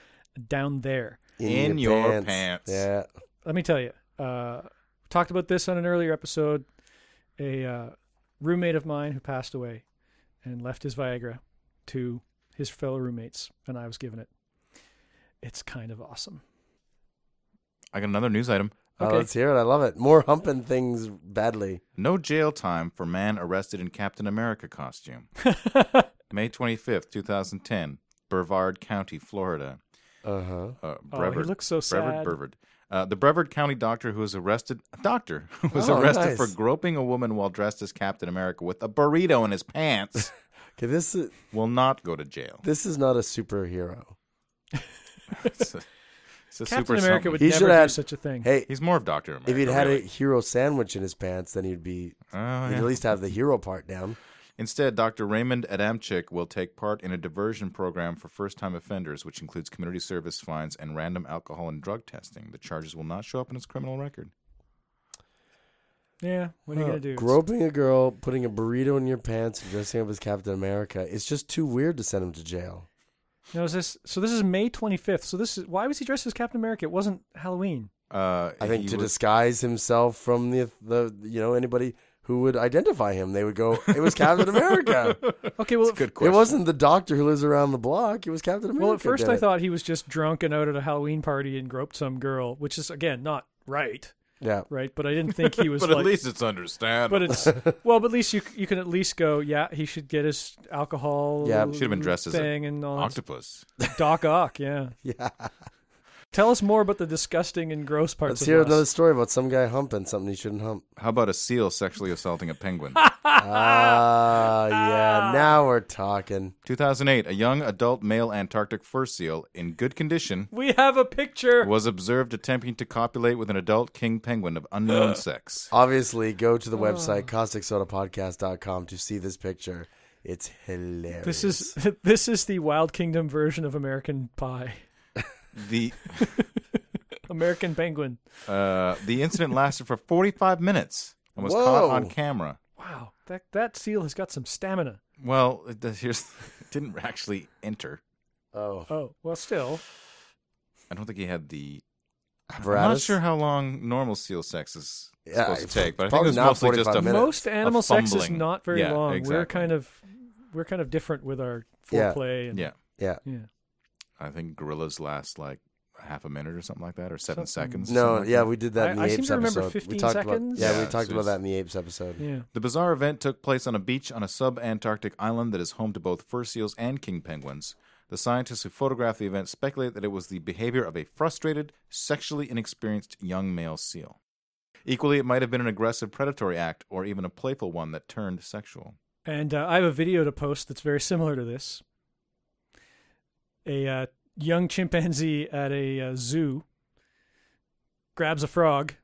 Speaker 2: down there.
Speaker 4: In your pants.
Speaker 3: Yeah.
Speaker 2: Let me tell you, uh, talked about this on an earlier episode. A uh, roommate of mine who passed away and left his Viagra to his fellow roommates, and I was given it. It's kind of awesome.
Speaker 4: I got another news item.
Speaker 3: Uh,
Speaker 2: Okay.
Speaker 3: let's hear it. I love it. More humping things badly.
Speaker 4: No jail time for man arrested in Captain America costume. May 25th, 2010, Brevard County, Florida.
Speaker 3: Uh huh.
Speaker 4: Uh,
Speaker 2: he
Speaker 4: Brevard,
Speaker 2: looks so
Speaker 4: Brevard,
Speaker 2: sad.
Speaker 4: Brevard. Uh, the Brevard County doctor who was arrested, doctor who was
Speaker 3: Oh,
Speaker 4: arrested
Speaker 3: nice.
Speaker 4: for groping a woman while dressed as Captain America with a burrito in his pants,
Speaker 3: Okay, this is
Speaker 4: will not go to jail.
Speaker 3: this is not a superhero.
Speaker 4: It's a, it's a
Speaker 2: Captain
Speaker 4: super
Speaker 2: America
Speaker 4: something.
Speaker 2: would
Speaker 3: He should
Speaker 2: never do
Speaker 3: have-
Speaker 2: such a thing.
Speaker 3: Hey,
Speaker 4: He's more of Doctor America.
Speaker 3: if he'd had
Speaker 4: really.
Speaker 3: a hero sandwich in his pants, then he'd be
Speaker 4: Oh,
Speaker 3: he'd
Speaker 4: yeah.
Speaker 3: at least have the hero part down.
Speaker 4: Instead, Dr. Raymond Adamczyk will take part in a diversion program for first time offenders, which includes community service fines and random alcohol and drug testing. The charges will not show up in his criminal record.
Speaker 2: Yeah, what are you
Speaker 3: Huh.
Speaker 2: gonna do?
Speaker 3: Uh, Groping a girl, putting a burrito in your pants, and dressing up as Captain America. It's just too weird to send him to jail.
Speaker 2: Now is this? So this is May 25th. So this is why was he dressed as Captain America? It wasn't Halloween.
Speaker 4: Uh,
Speaker 3: I think
Speaker 4: he
Speaker 3: to
Speaker 4: was-
Speaker 3: disguise himself from the the you know anybody who would identify him, they would go, "It was Captain America."
Speaker 2: Okay, well,
Speaker 4: Good
Speaker 3: It
Speaker 4: question.
Speaker 3: wasn't the doctor who lives around the block. It was Captain America.
Speaker 2: well, at first
Speaker 3: did
Speaker 2: I
Speaker 3: it.
Speaker 2: thought he was just drunk and out at a Halloween party and groped some girl, which is again not right,
Speaker 3: yeah,
Speaker 2: right? But I didn't think he was
Speaker 1: But
Speaker 2: like.
Speaker 1: at least it's understandable.
Speaker 2: but it's well, but at least you you can at least go. Yeah, he should get his alcohol.
Speaker 3: Yeah,
Speaker 4: should have been dressed as a
Speaker 2: thing and all that
Speaker 4: Octopus.
Speaker 2: stuff. Doc Ock. Yeah,
Speaker 3: yeah.
Speaker 2: tell us more about the disgusting and gross parts.
Speaker 3: Let's
Speaker 2: of
Speaker 3: hear
Speaker 2: Lost.
Speaker 3: another story about some guy humping something he shouldn't hump.
Speaker 4: How about a seal sexually assaulting a penguin?
Speaker 3: Ah, yeah. Now we're talking.
Speaker 4: 2008, a young adult male Antarctic fur seal in good condition
Speaker 2: We have a picture.
Speaker 4: was observed attempting to copulate with an adult king penguin of unknown sex.
Speaker 3: Obviously, go to the
Speaker 2: Ah.
Speaker 3: website causticsodapodcast.com to see this picture. It's hilarious.
Speaker 2: This is this is the Wild Kingdom version of American Pie.
Speaker 4: The
Speaker 2: American Penguin.
Speaker 4: uh, the incident lasted for 45 minutes and was caught
Speaker 3: Whoa.
Speaker 4: on camera.
Speaker 2: Wow, that that seal has got some stamina.
Speaker 4: Well, it does- here's it didn't actually enter.
Speaker 3: oh
Speaker 2: Oh well, still
Speaker 4: I don't think he had the. I'm not
Speaker 3: apparatus.
Speaker 4: sure how long normal seal sex is
Speaker 3: Yeah,
Speaker 4: supposed to
Speaker 3: it's
Speaker 4: take, but I think
Speaker 3: probably
Speaker 4: it's
Speaker 3: not
Speaker 4: mostly just a
Speaker 3: 45 minutes.
Speaker 2: most animal sex is
Speaker 4: fumbling.
Speaker 2: not very
Speaker 4: Yeah,
Speaker 2: long. We're
Speaker 4: exactly.
Speaker 2: kind of we're kind of different with our
Speaker 3: Yeah.
Speaker 2: foreplay. And,
Speaker 4: Yeah,
Speaker 3: Yeah.
Speaker 2: yeah.
Speaker 4: I think gorillas last like half a minute or something like that, or seven
Speaker 2: Something-
Speaker 4: seconds. something
Speaker 3: No,
Speaker 4: like
Speaker 3: yeah,
Speaker 4: that.
Speaker 3: we did that in the
Speaker 2: I- I seem
Speaker 3: apes
Speaker 2: to remember
Speaker 3: episode.
Speaker 2: 15
Speaker 3: we talked
Speaker 2: seconds.
Speaker 3: about yeah,
Speaker 4: Yeah,
Speaker 3: we talked
Speaker 4: so
Speaker 3: about
Speaker 4: it's-
Speaker 3: that in the apes episode.
Speaker 2: yeah.
Speaker 4: The bizarre event took place on a beach on a sub-Antarctic island that is home to both fur seals and king penguins. The scientists who photographed the event speculate that it was the behavior of a frustrated, sexually inexperienced young male seal. Equally, it might have been an aggressive predatory act or even a playful one that turned sexual.
Speaker 2: And uh, I have a video to post that's very similar to this. A uh, young chimpanzee at a uh, zoo grabs a frog,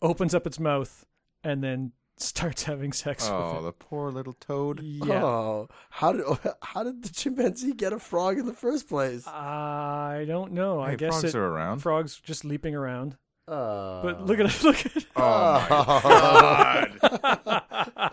Speaker 2: opens up its mouth, and then starts having sex
Speaker 4: Oh,
Speaker 2: with
Speaker 4: the
Speaker 2: it.
Speaker 4: poor little toad.
Speaker 2: Yeah.
Speaker 3: Oh, how did how did the chimpanzee get a frog in the first
Speaker 2: Uh,
Speaker 3: place?
Speaker 2: I don't know. I
Speaker 4: Hey,
Speaker 2: guess
Speaker 4: frogs
Speaker 2: it,
Speaker 4: are around. Uh.
Speaker 2: frogs just leaping around.
Speaker 3: Oh.
Speaker 2: But look at it. Look at it. Um,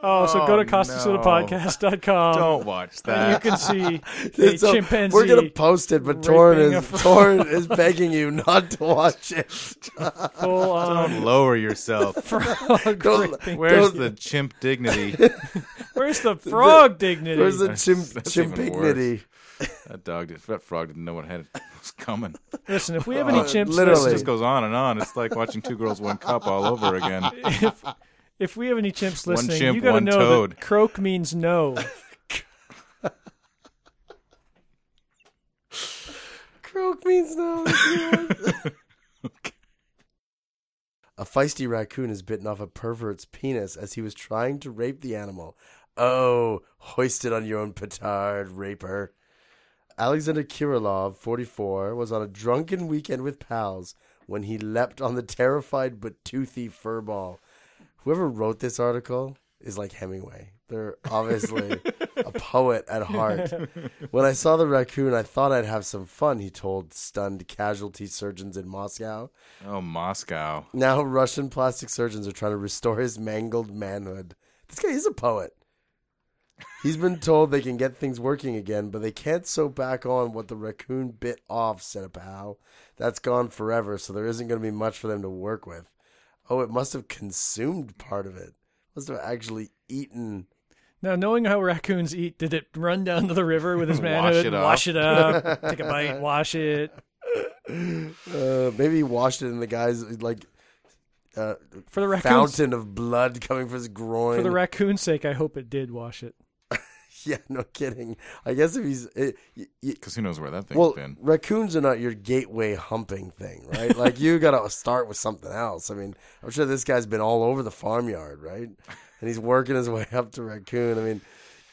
Speaker 4: Oh.
Speaker 2: Oh, so go to costasodapodcast.com.
Speaker 4: Don't watch
Speaker 2: And you
Speaker 4: that.
Speaker 2: can see a
Speaker 3: It's a-
Speaker 2: chimpanzee.
Speaker 3: We're gonna post it, but
Speaker 2: raping
Speaker 3: Torn
Speaker 2: a
Speaker 3: is
Speaker 2: frog.
Speaker 3: Torn is begging you not to watch it.
Speaker 2: full on
Speaker 4: Don't lower yourself.
Speaker 2: frog.
Speaker 3: Don't-
Speaker 2: raping.
Speaker 4: Where's
Speaker 3: Don't-
Speaker 4: the chimp dignity?
Speaker 2: Where's the frog dignity?
Speaker 3: Where's the chim
Speaker 4: That's even
Speaker 3: chimpignity?
Speaker 4: That dog, did, that frog didn't know what had was coming.
Speaker 2: Listen, if we have any
Speaker 3: Uh,
Speaker 2: chimps,
Speaker 4: It
Speaker 3: literally.
Speaker 4: just goes on and on. It's like watching Two Girls One Cup all over again.
Speaker 2: listening- if, if we have any chimps
Speaker 4: One
Speaker 2: listening,
Speaker 4: chimp,
Speaker 2: you got to
Speaker 4: one
Speaker 2: know
Speaker 4: toad.
Speaker 2: that croak means no.
Speaker 3: Croak means no. a feisty raccoon has bitten off a pervert's penis as he was trying to rape the animal. Oh, hoisted on your own petard, raper. Alexander Kirillov, 44, was on a drunken weekend with pals when he leapt on the terrified but toothy furball. Whoever wrote this article is like Hemingway. They're obviously a poet at heart. When I saw the raccoon, I thought I'd have some fun, he told stunned casualty surgeons in Moscow.
Speaker 4: Oh, Moscow.
Speaker 3: Now Russian plastic surgeons are trying to restore his mangled manhood. This guy is a poet. He's been told they can get things working again, but they can't sew back on what the raccoon bit off, said a pal. That's gone forever, so there isn't going to be much for them to work with. Oh, it must have consumed part of it. Must have actually eaten.
Speaker 2: Now, knowing how raccoons eat, did it run down to the river with his
Speaker 4: Wash
Speaker 2: manhood,
Speaker 4: it up.
Speaker 2: wash it up, take a bite, wash it?
Speaker 3: Uh, maybe he washed it in the guy's like uh,
Speaker 2: For the raccoons.
Speaker 3: fountain of blood coming from his groin.
Speaker 2: For the raccoon's sake, I hope it did wash it.
Speaker 3: yeah, no kidding. I guess if he's it, y- y-
Speaker 4: Because who knows where that thing's
Speaker 3: well,
Speaker 4: been.
Speaker 3: raccoons are not your gateway humping thing, right? like you got to start with something else. I mean, I'm sure this guy's been all over the farmyard, right? And he's working his way up to raccoon. I mean,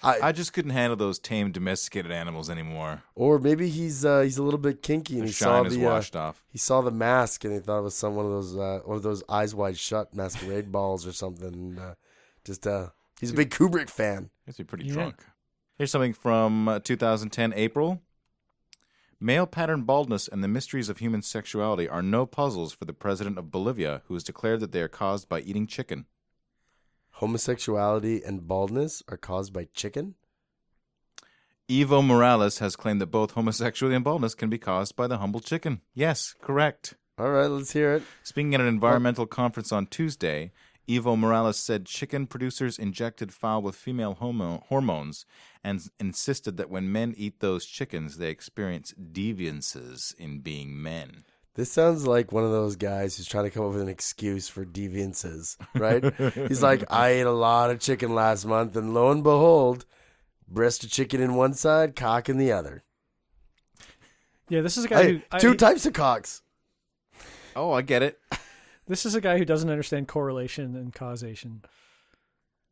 Speaker 4: I just couldn't handle those tame domesticated animals anymore.
Speaker 3: or maybe he's uh, he's a little bit kinky and
Speaker 4: The
Speaker 3: he saw
Speaker 4: shine is
Speaker 3: the uh,
Speaker 4: washed off.
Speaker 3: he saw the mask and he thought it was some one of those uh, one of those eyes wide shut masquerade balls or something. And, uh, just uh, he's a big Kubrick fan.
Speaker 4: Must be pretty
Speaker 2: Yeah.
Speaker 4: drunk. Here's something from uh, 2010 April. Male pattern baldness and the mysteries of human sexuality are no puzzles for the president of Bolivia, who has declared that they are caused by eating chicken.
Speaker 3: Homosexuality and baldness are caused by chicken.
Speaker 4: Evo Morales has claimed that both homosexuality and baldness can be caused by the humble chicken. Yes, correct.
Speaker 3: All right, let's hear it.
Speaker 4: Speaking at an environmental conference on Tuesday, Evo Morales said chicken producers injected fowl with female homo- hormones and s- insisted that when men eat those chickens, they experience deviances in being men.
Speaker 3: This sounds like one of those guys who's trying to come up with an excuse for deviances, right? He's like, I ate a lot of chicken last month, and lo and behold, breast of chicken in one side, cock in the other.
Speaker 2: Yeah, this is a guy
Speaker 3: Hey,
Speaker 2: who I-
Speaker 3: two types of cocks.
Speaker 4: Oh, I get it.
Speaker 2: This is a guy who doesn't understand correlation and causation.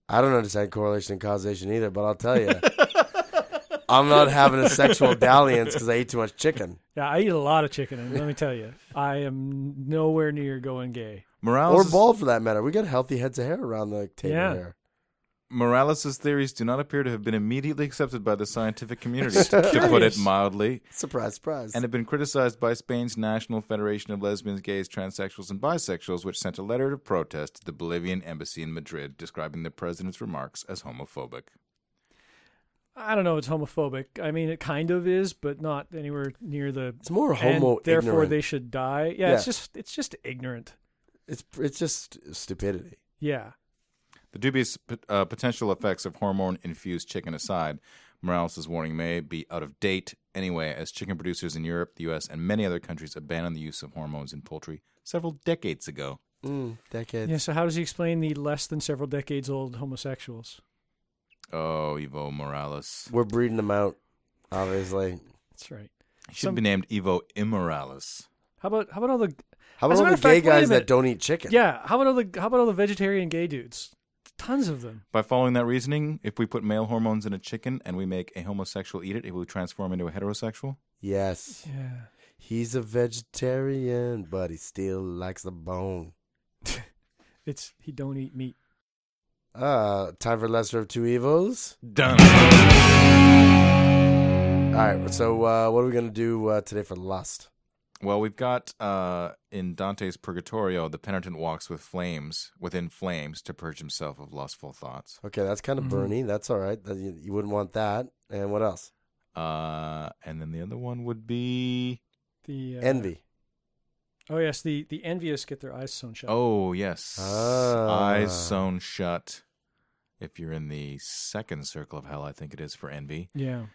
Speaker 3: I don't understand correlation and causation either, but I'll tell you, I'm not having a sexual dalliance because I ate too much chicken.
Speaker 2: Yeah, I eat a lot of chicken, and let me tell you, I am nowhere near going gay.
Speaker 3: Or
Speaker 4: Morales'
Speaker 3: bald for that matter. We got healthy heads of hair around the table
Speaker 2: Yeah.
Speaker 3: here.
Speaker 4: Morales's theories do not appear to have been immediately accepted by the scientific community, to put it
Speaker 2: Curious.
Speaker 4: mildly.
Speaker 3: Surprise, surprise.
Speaker 4: and have been criticized by Spain's National Federation of Lesbians, Gays, Transsexuals, and Bisexuals, which sent a letter of protest to the Bolivian embassy in Madrid describing the president's remarks as homophobic.
Speaker 2: I don't know. It's homophobic. I mean, it kind of is, but not anywhere near the.
Speaker 3: it's more
Speaker 2: and
Speaker 3: homo
Speaker 2: therefore,
Speaker 3: ignorant.
Speaker 2: they should die. Yeah, it's
Speaker 3: Yeah.
Speaker 2: just it's just ignorant.
Speaker 3: it's, it's just stupidity.
Speaker 2: Yeah,
Speaker 4: The dubious p- uh, potential effects of hormone infused chicken aside, Morales' warning may be out of date anyway, as chicken producers in Europe, the US, and many other countries abandoned the use of hormones in poultry several decades ago.
Speaker 3: Mm, decades.
Speaker 2: yeah. So how does he explain the less than several decades old homosexuals?
Speaker 4: Oh, Evo Morales.
Speaker 3: We're breeding them out, obviously.
Speaker 2: That's right.
Speaker 4: He should
Speaker 2: Some-
Speaker 4: be named Evo Immorales.
Speaker 2: How about how about all the
Speaker 3: How
Speaker 2: As a
Speaker 3: about all
Speaker 2: matter
Speaker 3: the
Speaker 2: of fact,
Speaker 3: gay
Speaker 2: wait a
Speaker 3: guys
Speaker 2: minute.
Speaker 3: that don't eat chicken?
Speaker 2: yeah? How about all the how about all the vegetarian gay dudes? Tons of them.
Speaker 4: By following that reasoning, if we put male hormones in a chicken and we make a homosexual eat it, it will transform into a heterosexual.
Speaker 3: Yes.
Speaker 2: Yeah.
Speaker 3: He's a vegetarian, but he still likes the bone.
Speaker 2: It's he don't eat meat.
Speaker 3: Uh, time for lesser of two evils.
Speaker 4: Done.
Speaker 3: All right. So, uh, what are we gonna do uh, today for lust?
Speaker 4: Well, we've got uh, in Dante's Purgatorio, the penitent walks with flames within flames to purge himself of lustful thoughts.
Speaker 3: Okay, that's kind of
Speaker 2: Mhm.
Speaker 3: Bernie. That's all right. That- You, you wouldn't want that. And what else?
Speaker 4: Uh, and then the other one would be
Speaker 2: The uh,
Speaker 3: Envy.
Speaker 2: Oh yes, the the envious get their eyes sewn shut.
Speaker 4: oh yes,
Speaker 3: Ah.
Speaker 4: eyes sewn shut. If you're in the second circle of hell, I think it is for envy.
Speaker 2: yeah.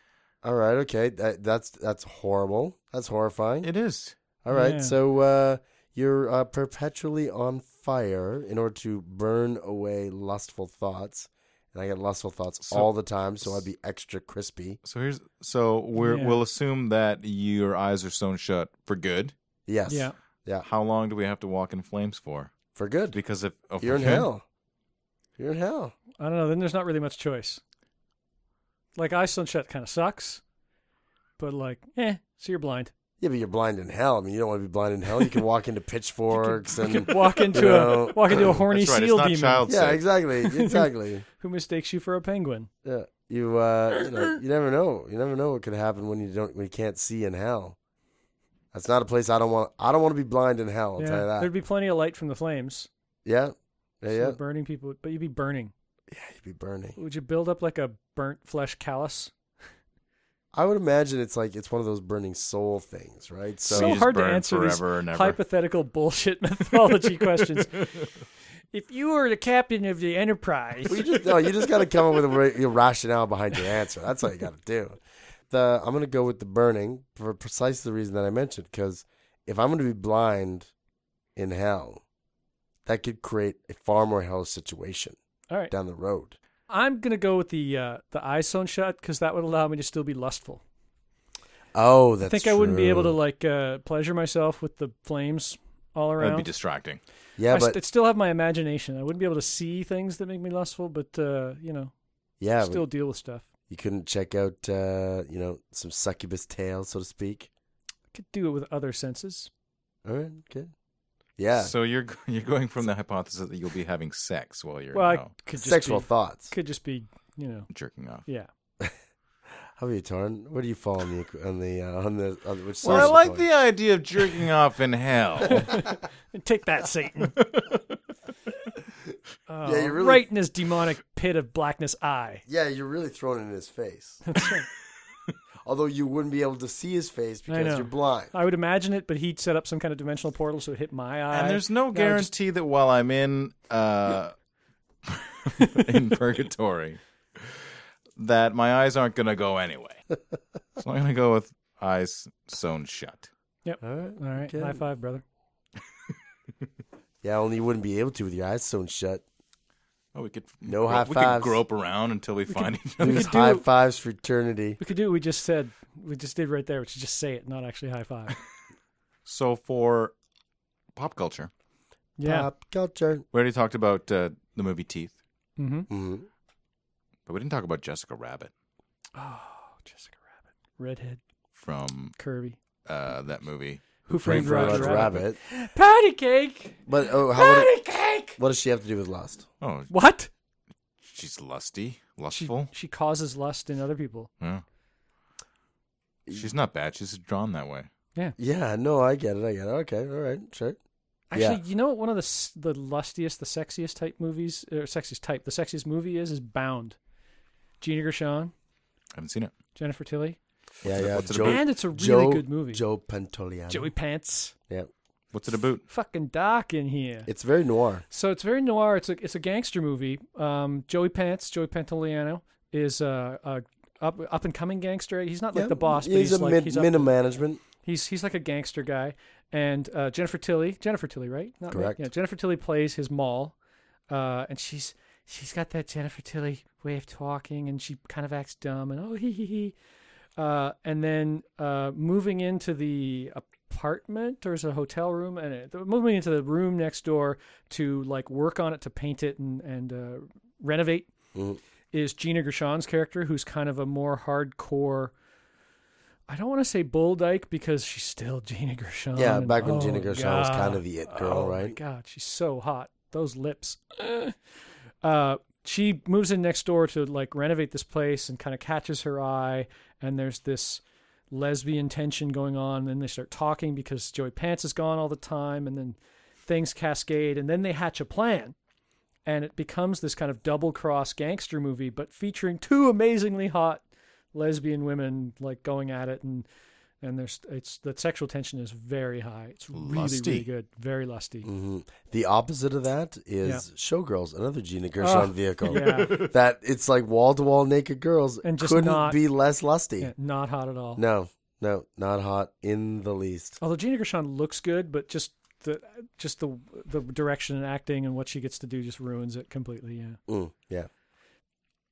Speaker 3: All right. Okay. That, that's that's horrible. That's horrifying.
Speaker 4: It is.
Speaker 3: All right.
Speaker 2: Yeah.
Speaker 3: So uh, you're uh, perpetually on fire in order to burn away lustful thoughts. And I get lustful thoughts
Speaker 4: So-
Speaker 3: all the time, so I'd be extra crispy.
Speaker 4: So here's so we're,
Speaker 2: Yeah.
Speaker 4: we'll assume that your eyes are sewn shut for good.
Speaker 3: Yes.
Speaker 2: Yeah.
Speaker 3: Yeah.
Speaker 4: How long do we have to walk in flames for?
Speaker 3: For good.
Speaker 4: Because if oh, for
Speaker 3: You're in
Speaker 4: good?
Speaker 3: hell. You're in hell.
Speaker 2: I don't know. Then there's not really much choice. Like eyes sewn shut kind of sucks, but like eh, so you're blind.
Speaker 3: Yeah, but you're blind in hell. I mean, you don't want to be blind in hell. You can walk into pitchforks
Speaker 2: You
Speaker 3: and
Speaker 2: could walk into
Speaker 3: know,
Speaker 2: a walk into a horny
Speaker 4: That's right, it's
Speaker 2: seal
Speaker 4: not
Speaker 2: demon
Speaker 4: child-
Speaker 3: yeah,
Speaker 4: safe.
Speaker 3: exactly, exactly.
Speaker 2: who mistakes you for a penguin.
Speaker 3: yeah, you uh, you know, you never know. You never know what could happen when you don't when you can't see in hell. That's not a place I don't want. I don't want to be blind in hell. I'll
Speaker 2: yeah,
Speaker 3: tell you that.
Speaker 2: there'd be plenty of light from the flames.
Speaker 3: yeah, yeah,
Speaker 2: so
Speaker 3: yeah.
Speaker 2: burning people, but you'd be burning.
Speaker 3: You'd be burning.
Speaker 2: Would you build up like a burnt flesh callus?
Speaker 3: I would imagine it's like it's one of those burning soul things, right?
Speaker 2: So,
Speaker 4: So you just
Speaker 2: hard to
Speaker 4: burn
Speaker 2: answer these
Speaker 4: forever and ever.
Speaker 2: hypothetical bullshit mythology questions. If you were the captain of the Enterprise,
Speaker 3: Well, you just no, you just got to come up with a ra- your rationale behind your answer. That's all you got to do. The I'm going to go with the burning for precisely the reason that I mentioned because if I'm going to be blind in hell, that could create a far more hellish situation
Speaker 2: All right.
Speaker 3: down the road.
Speaker 2: I'm gonna go with the uh, the eyes sewn shut because that would allow me to still be lustful.
Speaker 3: Oh, that's
Speaker 2: I think I wouldn't be able to
Speaker 3: true.
Speaker 2: like uh, pleasure myself with the flames all
Speaker 4: That'd
Speaker 2: around.
Speaker 4: be distracting.
Speaker 3: Yeah,
Speaker 2: I
Speaker 3: but
Speaker 2: would still have my imagination. I wouldn't be able to see things that make me lustful, but uh, you know,
Speaker 3: yeah, but
Speaker 2: still deal with stuff.
Speaker 3: you couldn't check out, uh, you know, some succubus tales, so to speak.
Speaker 2: Could do it with other senses.
Speaker 3: All right, good. Yeah,
Speaker 4: So you're g- you're going from the hypothesis that you'll be having sex while you're
Speaker 2: Well, I
Speaker 4: you know,
Speaker 2: could just
Speaker 3: sexual
Speaker 2: be,
Speaker 3: thoughts.
Speaker 2: could just be you know,
Speaker 4: jerking off.
Speaker 2: yeah.
Speaker 3: How are you, Torn? What do you fall on the on the uh, on the on the, which
Speaker 4: Well,
Speaker 3: side
Speaker 4: I
Speaker 3: of
Speaker 4: like
Speaker 3: coin?
Speaker 4: the idea of jerking off in hell.
Speaker 2: Take that, Satan. Uh,
Speaker 3: Yeah, you're really-
Speaker 2: right in his demonic pit of blackness eye.
Speaker 3: Yeah, you're really thrown in his face. Although you wouldn't be able to see his face
Speaker 2: know.
Speaker 3: because you're blind.
Speaker 2: I would imagine it, but he'd set up some kind of dimensional portal so it hit my eye.
Speaker 4: And there's no
Speaker 2: Now it just-
Speaker 4: guarantee that while I'm in uh, in purgatory, that my eyes aren't going to go anyway. So I'm going to go with eyes sewn shut.
Speaker 3: All right,
Speaker 2: All right,
Speaker 3: okay.
Speaker 2: high five, brother.
Speaker 3: Yeah, only you wouldn't be able to with your eyes sewn shut.
Speaker 4: Oh, we could
Speaker 3: No
Speaker 4: we,
Speaker 3: high
Speaker 4: we could
Speaker 3: fives.
Speaker 4: grope around until we find each other.
Speaker 3: Lose
Speaker 2: could do-
Speaker 3: high fives for eternity.
Speaker 2: We could do what we just said. We just did right there, which is just say it, not actually high five.
Speaker 4: So for pop culture,
Speaker 2: Yeah.
Speaker 3: Pop culture.
Speaker 4: we already talked about uh, the movie Teeth,
Speaker 2: Mm-hmm.
Speaker 3: hmm
Speaker 4: but we didn't talk about Jessica Rabbit
Speaker 2: Oh, Jessica Rabbit, redhead,
Speaker 4: from
Speaker 2: curvy,
Speaker 4: uh, that movie.
Speaker 2: who
Speaker 4: Framed
Speaker 2: framed
Speaker 4: Roger
Speaker 2: Roger,
Speaker 3: Roger
Speaker 2: Rabbit?
Speaker 3: Rabbit.
Speaker 2: Patty cake,
Speaker 3: But oh, how would it-
Speaker 2: patty cake.
Speaker 3: what does she have to do with Lost?
Speaker 4: Oh,
Speaker 2: What?
Speaker 4: she's lusty,
Speaker 2: She
Speaker 4: lustful.
Speaker 2: she causes lust in other people.
Speaker 4: yeah. She's not bad. She's drawn that way.
Speaker 3: Yeah, no, I get it. I get it. Okay, all right, sure.
Speaker 2: Actually,
Speaker 3: Yeah.
Speaker 2: you know what? One of the s- the lustiest, the sexiest type movies, or sexiest type, the sexiest movie is is Bound. Gina Gershon,
Speaker 4: I haven't seen it.
Speaker 2: Jennifer Tilly,
Speaker 3: yeah, yeah.
Speaker 4: what's it
Speaker 3: Joe,
Speaker 4: about?
Speaker 2: and it's a really
Speaker 3: Joe-
Speaker 2: good movie.
Speaker 3: Joe Pantoliano.
Speaker 2: Joey Pants,
Speaker 3: Yeah,
Speaker 4: What's it about?
Speaker 2: fucking dark in here.
Speaker 3: it's very noir.
Speaker 2: So it's very noir. It's a it's a gangster movie. Um, Joey Pants, Joey Pantoliano, is a, a up up and coming gangster. He's not like
Speaker 3: Yeah,
Speaker 2: the boss, but
Speaker 3: He's
Speaker 2: he's,
Speaker 3: a
Speaker 2: like
Speaker 3: mid,
Speaker 2: he's, up,
Speaker 3: middle management.
Speaker 2: he's he's like a gangster guy. And uh, Jennifer Tilly, Jennifer Tilly, right? Not me.
Speaker 3: Correct.
Speaker 2: Yeah, Jennifer Tilly plays his moll, uh, and she's she's got that Jennifer Tilly way of talking, and she kind of acts dumb, and oh hee hee hee. Uh, and then uh, moving into the apartment or is it a hotel room and it, moving into the room next door to like work on it to paint it and and uh, renovate
Speaker 3: Mhm.
Speaker 2: is Gina Gershon's character who's kind of a more hardcore. I don't want to say bull dyke because she's still Gina Gershon.
Speaker 3: Yeah,
Speaker 2: and-
Speaker 3: back when Gina
Speaker 2: oh,
Speaker 3: Gershon was kind
Speaker 2: God.
Speaker 3: of the it girl,
Speaker 2: Oh my
Speaker 3: right?
Speaker 2: God, she's so hot. Those lips. uh, she moves in next door to like renovate this place and kind of catches her eye. And there's this lesbian tension going on. And then they start talking because Joey Pants is gone all the time. And then things cascade. And then they hatch a plan. And it becomes this kind of double cross gangster movie, but featuring two amazingly hot lesbian women like going at it and and there's it's the sexual tension is very high. It's really
Speaker 4: Lusty.
Speaker 2: really good, very lusty.
Speaker 3: hmm The opposite of that is
Speaker 2: Yeah.
Speaker 3: Showgirls, another Gina Gershon
Speaker 2: Oh,
Speaker 3: vehicle.
Speaker 2: yeah.
Speaker 3: That it's like wall to wall naked girls
Speaker 2: And just
Speaker 3: couldn't
Speaker 2: not-
Speaker 3: be less lusty.
Speaker 2: Yeah, not hot at all.
Speaker 3: No, no, not hot in the least.
Speaker 2: Although Gina Gershon looks good, but just the just the the direction and acting and what she gets to do just ruins it completely. Yeah.
Speaker 3: Mm, yeah.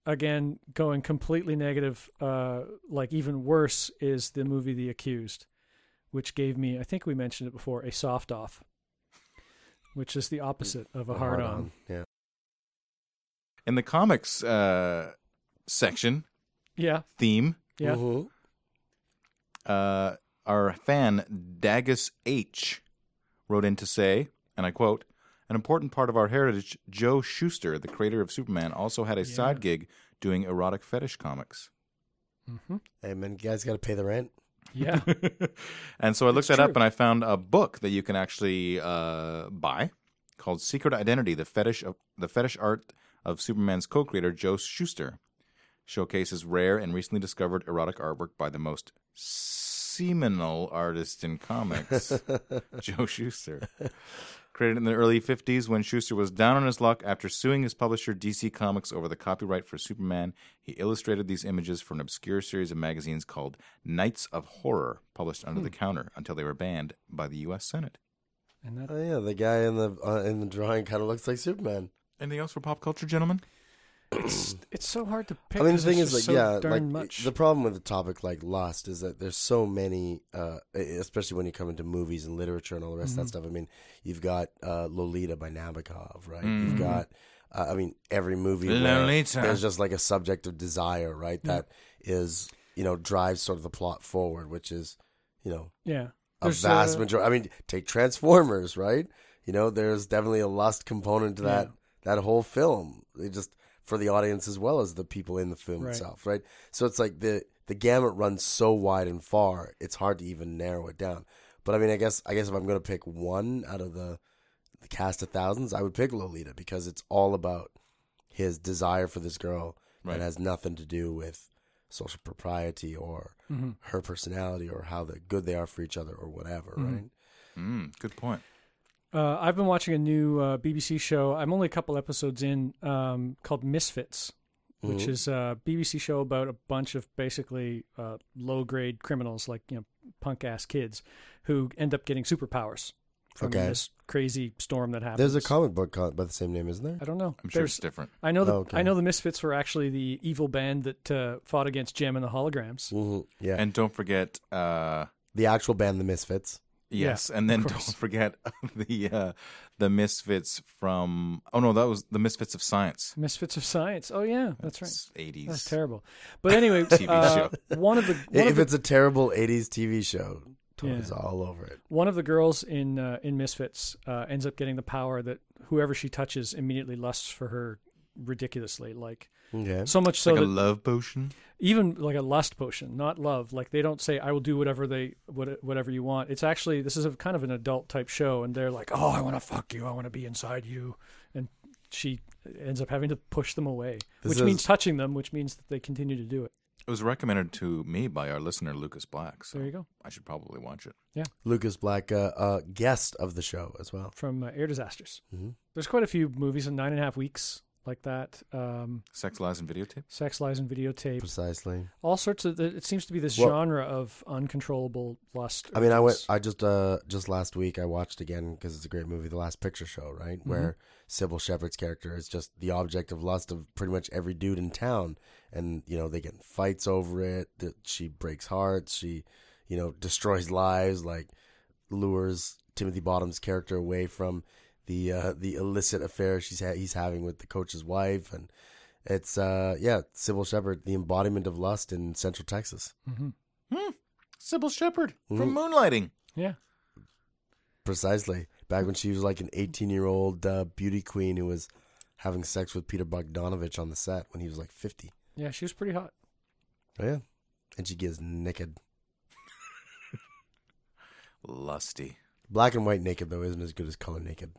Speaker 2: Again, going completely negative, uh, like even worse is the movie The Accused, which gave me I think we mentioned it before a soft off, which is the opposite of a hard on.
Speaker 3: Yeah.
Speaker 4: In the comics uh, section
Speaker 2: Yeah,
Speaker 4: theme,
Speaker 2: yeah.
Speaker 3: Mhm.
Speaker 4: uh, our fan Dagus H wrote in to say, and I quote, "An important part of our heritage, Joe Schuster, the creator of Superman, also had a
Speaker 2: Yeah.
Speaker 4: side gig doing erotic fetish comics."
Speaker 2: Mm-hmm.
Speaker 3: Hey, man, you guys got to pay the rent.
Speaker 2: Yeah.
Speaker 4: and so I looked that
Speaker 2: true.
Speaker 4: up and I found a book that you can actually uh, buy called Secret Identity: The Fetish of the Fetish Art of Superman's co-creator Joe Schuster. Showcases rare and recently discovered erotic artwork by the most seminal artist in comics, Joe Shuster. Created in the early 50s when Schuster was down on his luck after suing his publisher DC Comics over the copyright for Superman, he illustrated these images for an obscure series of magazines called Knights of Horror, published under
Speaker 2: Hmm.
Speaker 4: the counter until they were banned by the U.S. Senate.
Speaker 2: And that
Speaker 3: Oh yeah, the guy in the uh, in the drawing kind of looks like Superman.
Speaker 4: Anything else for pop culture, gentlemen?
Speaker 2: it's so hard to pick.
Speaker 3: I mean, the
Speaker 2: 'cause
Speaker 3: thing
Speaker 2: it's
Speaker 3: is, like,
Speaker 2: just so
Speaker 3: yeah,
Speaker 2: darn
Speaker 3: like
Speaker 2: much.
Speaker 3: the problem with a topic like Lost is that there's so many, uh, especially when you come into movies and literature and all the rest
Speaker 2: Mm-hmm.
Speaker 3: of that stuff. I mean, you've got uh, Lolita by Nabokov, right?
Speaker 2: Mm-hmm.
Speaker 3: You've got, uh, I mean, every movie where
Speaker 4: Lolita.
Speaker 3: there's just like a subject of desire, right? That is, you know, drives sort of the plot forward, which is, you know,
Speaker 2: yeah,
Speaker 3: a
Speaker 2: There's,
Speaker 3: vast
Speaker 2: uh,
Speaker 3: majority. I mean, take Transformers, right? You know, there's definitely a lust component to that that whole film. It just for the audience as well as the people in the film
Speaker 2: Right.
Speaker 3: itself, right? So it's like the the gamut runs so wide and far, it's hard to even narrow it down. But I mean, I guess I guess if I'm gonna pick one out of the the cast of thousands, I would pick Lolita because it's all about his desire for this girl
Speaker 4: Right.
Speaker 3: that has nothing to do with social propriety or
Speaker 2: Mm-hmm.
Speaker 3: her personality or how the good they are for each other or whatever,
Speaker 2: Mm-hmm.
Speaker 3: right?
Speaker 4: Mm, good point.
Speaker 2: Uh, I've been watching a new uh, BBC show. I'm only a couple episodes in, um, called Misfits, which is a BBC show about a bunch of basically uh, low grade criminals, like you know, punk ass kids, who end up getting superpowers from
Speaker 3: Okay.
Speaker 2: this crazy storm that happens.
Speaker 3: There's a comic book con- by the same name, isn't there?
Speaker 2: I don't know.
Speaker 4: I'm sure
Speaker 2: There's-
Speaker 4: it's different.
Speaker 2: I know the
Speaker 3: Oh, okay.
Speaker 2: I know the Misfits were actually the evil band that uh, fought against Jim and the Holograms.
Speaker 3: Mhm, Yeah.
Speaker 4: And don't forget, uh,
Speaker 3: the actual band, The Misfits.
Speaker 4: yes, and then
Speaker 2: of
Speaker 4: don't
Speaker 2: course.
Speaker 4: forget the uh, the misfits from. Oh no, that was the misfits of science.
Speaker 2: Misfits of Science. Oh yeah, that's right.
Speaker 4: Eighties.
Speaker 2: That's terrible. But anyway,
Speaker 4: TV
Speaker 2: uh, one of the one of
Speaker 3: if
Speaker 2: the
Speaker 3: it's a terrible 80s TV show, Tony's
Speaker 2: Yeah.
Speaker 3: all over it.
Speaker 2: one of the girls in uh, in Misfits uh, ends up getting the power that whoever she touches immediately lusts for her ridiculously, like
Speaker 3: Okay.
Speaker 2: so much so
Speaker 4: like a
Speaker 2: that
Speaker 4: love potion.
Speaker 2: even like a lust potion, not love. Like they don't say I will do whatever they what, whatever you want. It's actually this is a kind of an adult type show, and they're like, oh, I want to fuck you, I want to be inside you, and she ends up having to push them away,
Speaker 3: This
Speaker 2: which means
Speaker 3: is-
Speaker 2: touching them, which means that they continue to do it.
Speaker 4: It was recommended to me by our listener Lucas Black, so
Speaker 2: There you go.
Speaker 4: I should probably watch it.
Speaker 3: Lucas Black, uh, uh, guest of the show as well.
Speaker 2: From uh, Air Disasters,
Speaker 3: Mhm.
Speaker 2: there's quite a few movies in nine and a half weeks like that. Um,
Speaker 4: Sex, lies, and videotape.
Speaker 2: sex lies and videotape
Speaker 3: Precisely.
Speaker 2: all sorts of it seems to be this
Speaker 3: Well-
Speaker 2: genre of uncontrollable lust
Speaker 3: I mean, I went.
Speaker 2: urges.
Speaker 3: I just uh just last week I watched again because it's a great movie, The Last Picture Show, right? Where Sybil Shepherd's character is just the object of lust of pretty much every dude in town, and you know they get in fights over it. That she breaks hearts. She, you know, destroys lives. Like lures Timothy Bottom's character away from the uh, the illicit affair she's ha- he's having with the coach's wife, and it's uh yeah, Sybil Shepherd, the embodiment of lust in Central Texas,
Speaker 4: Sybil Shepherd from Moonlighting.
Speaker 2: yeah
Speaker 3: precisely. Back when she was like an eighteen year old uh, beauty queen who was having sex with Peter Bogdanovich on the set when he was like fifty.
Speaker 2: yeah she was pretty hot
Speaker 3: Oh yeah, and she gets naked,
Speaker 4: Lusty.
Speaker 3: black and white naked though isn't as good as color naked.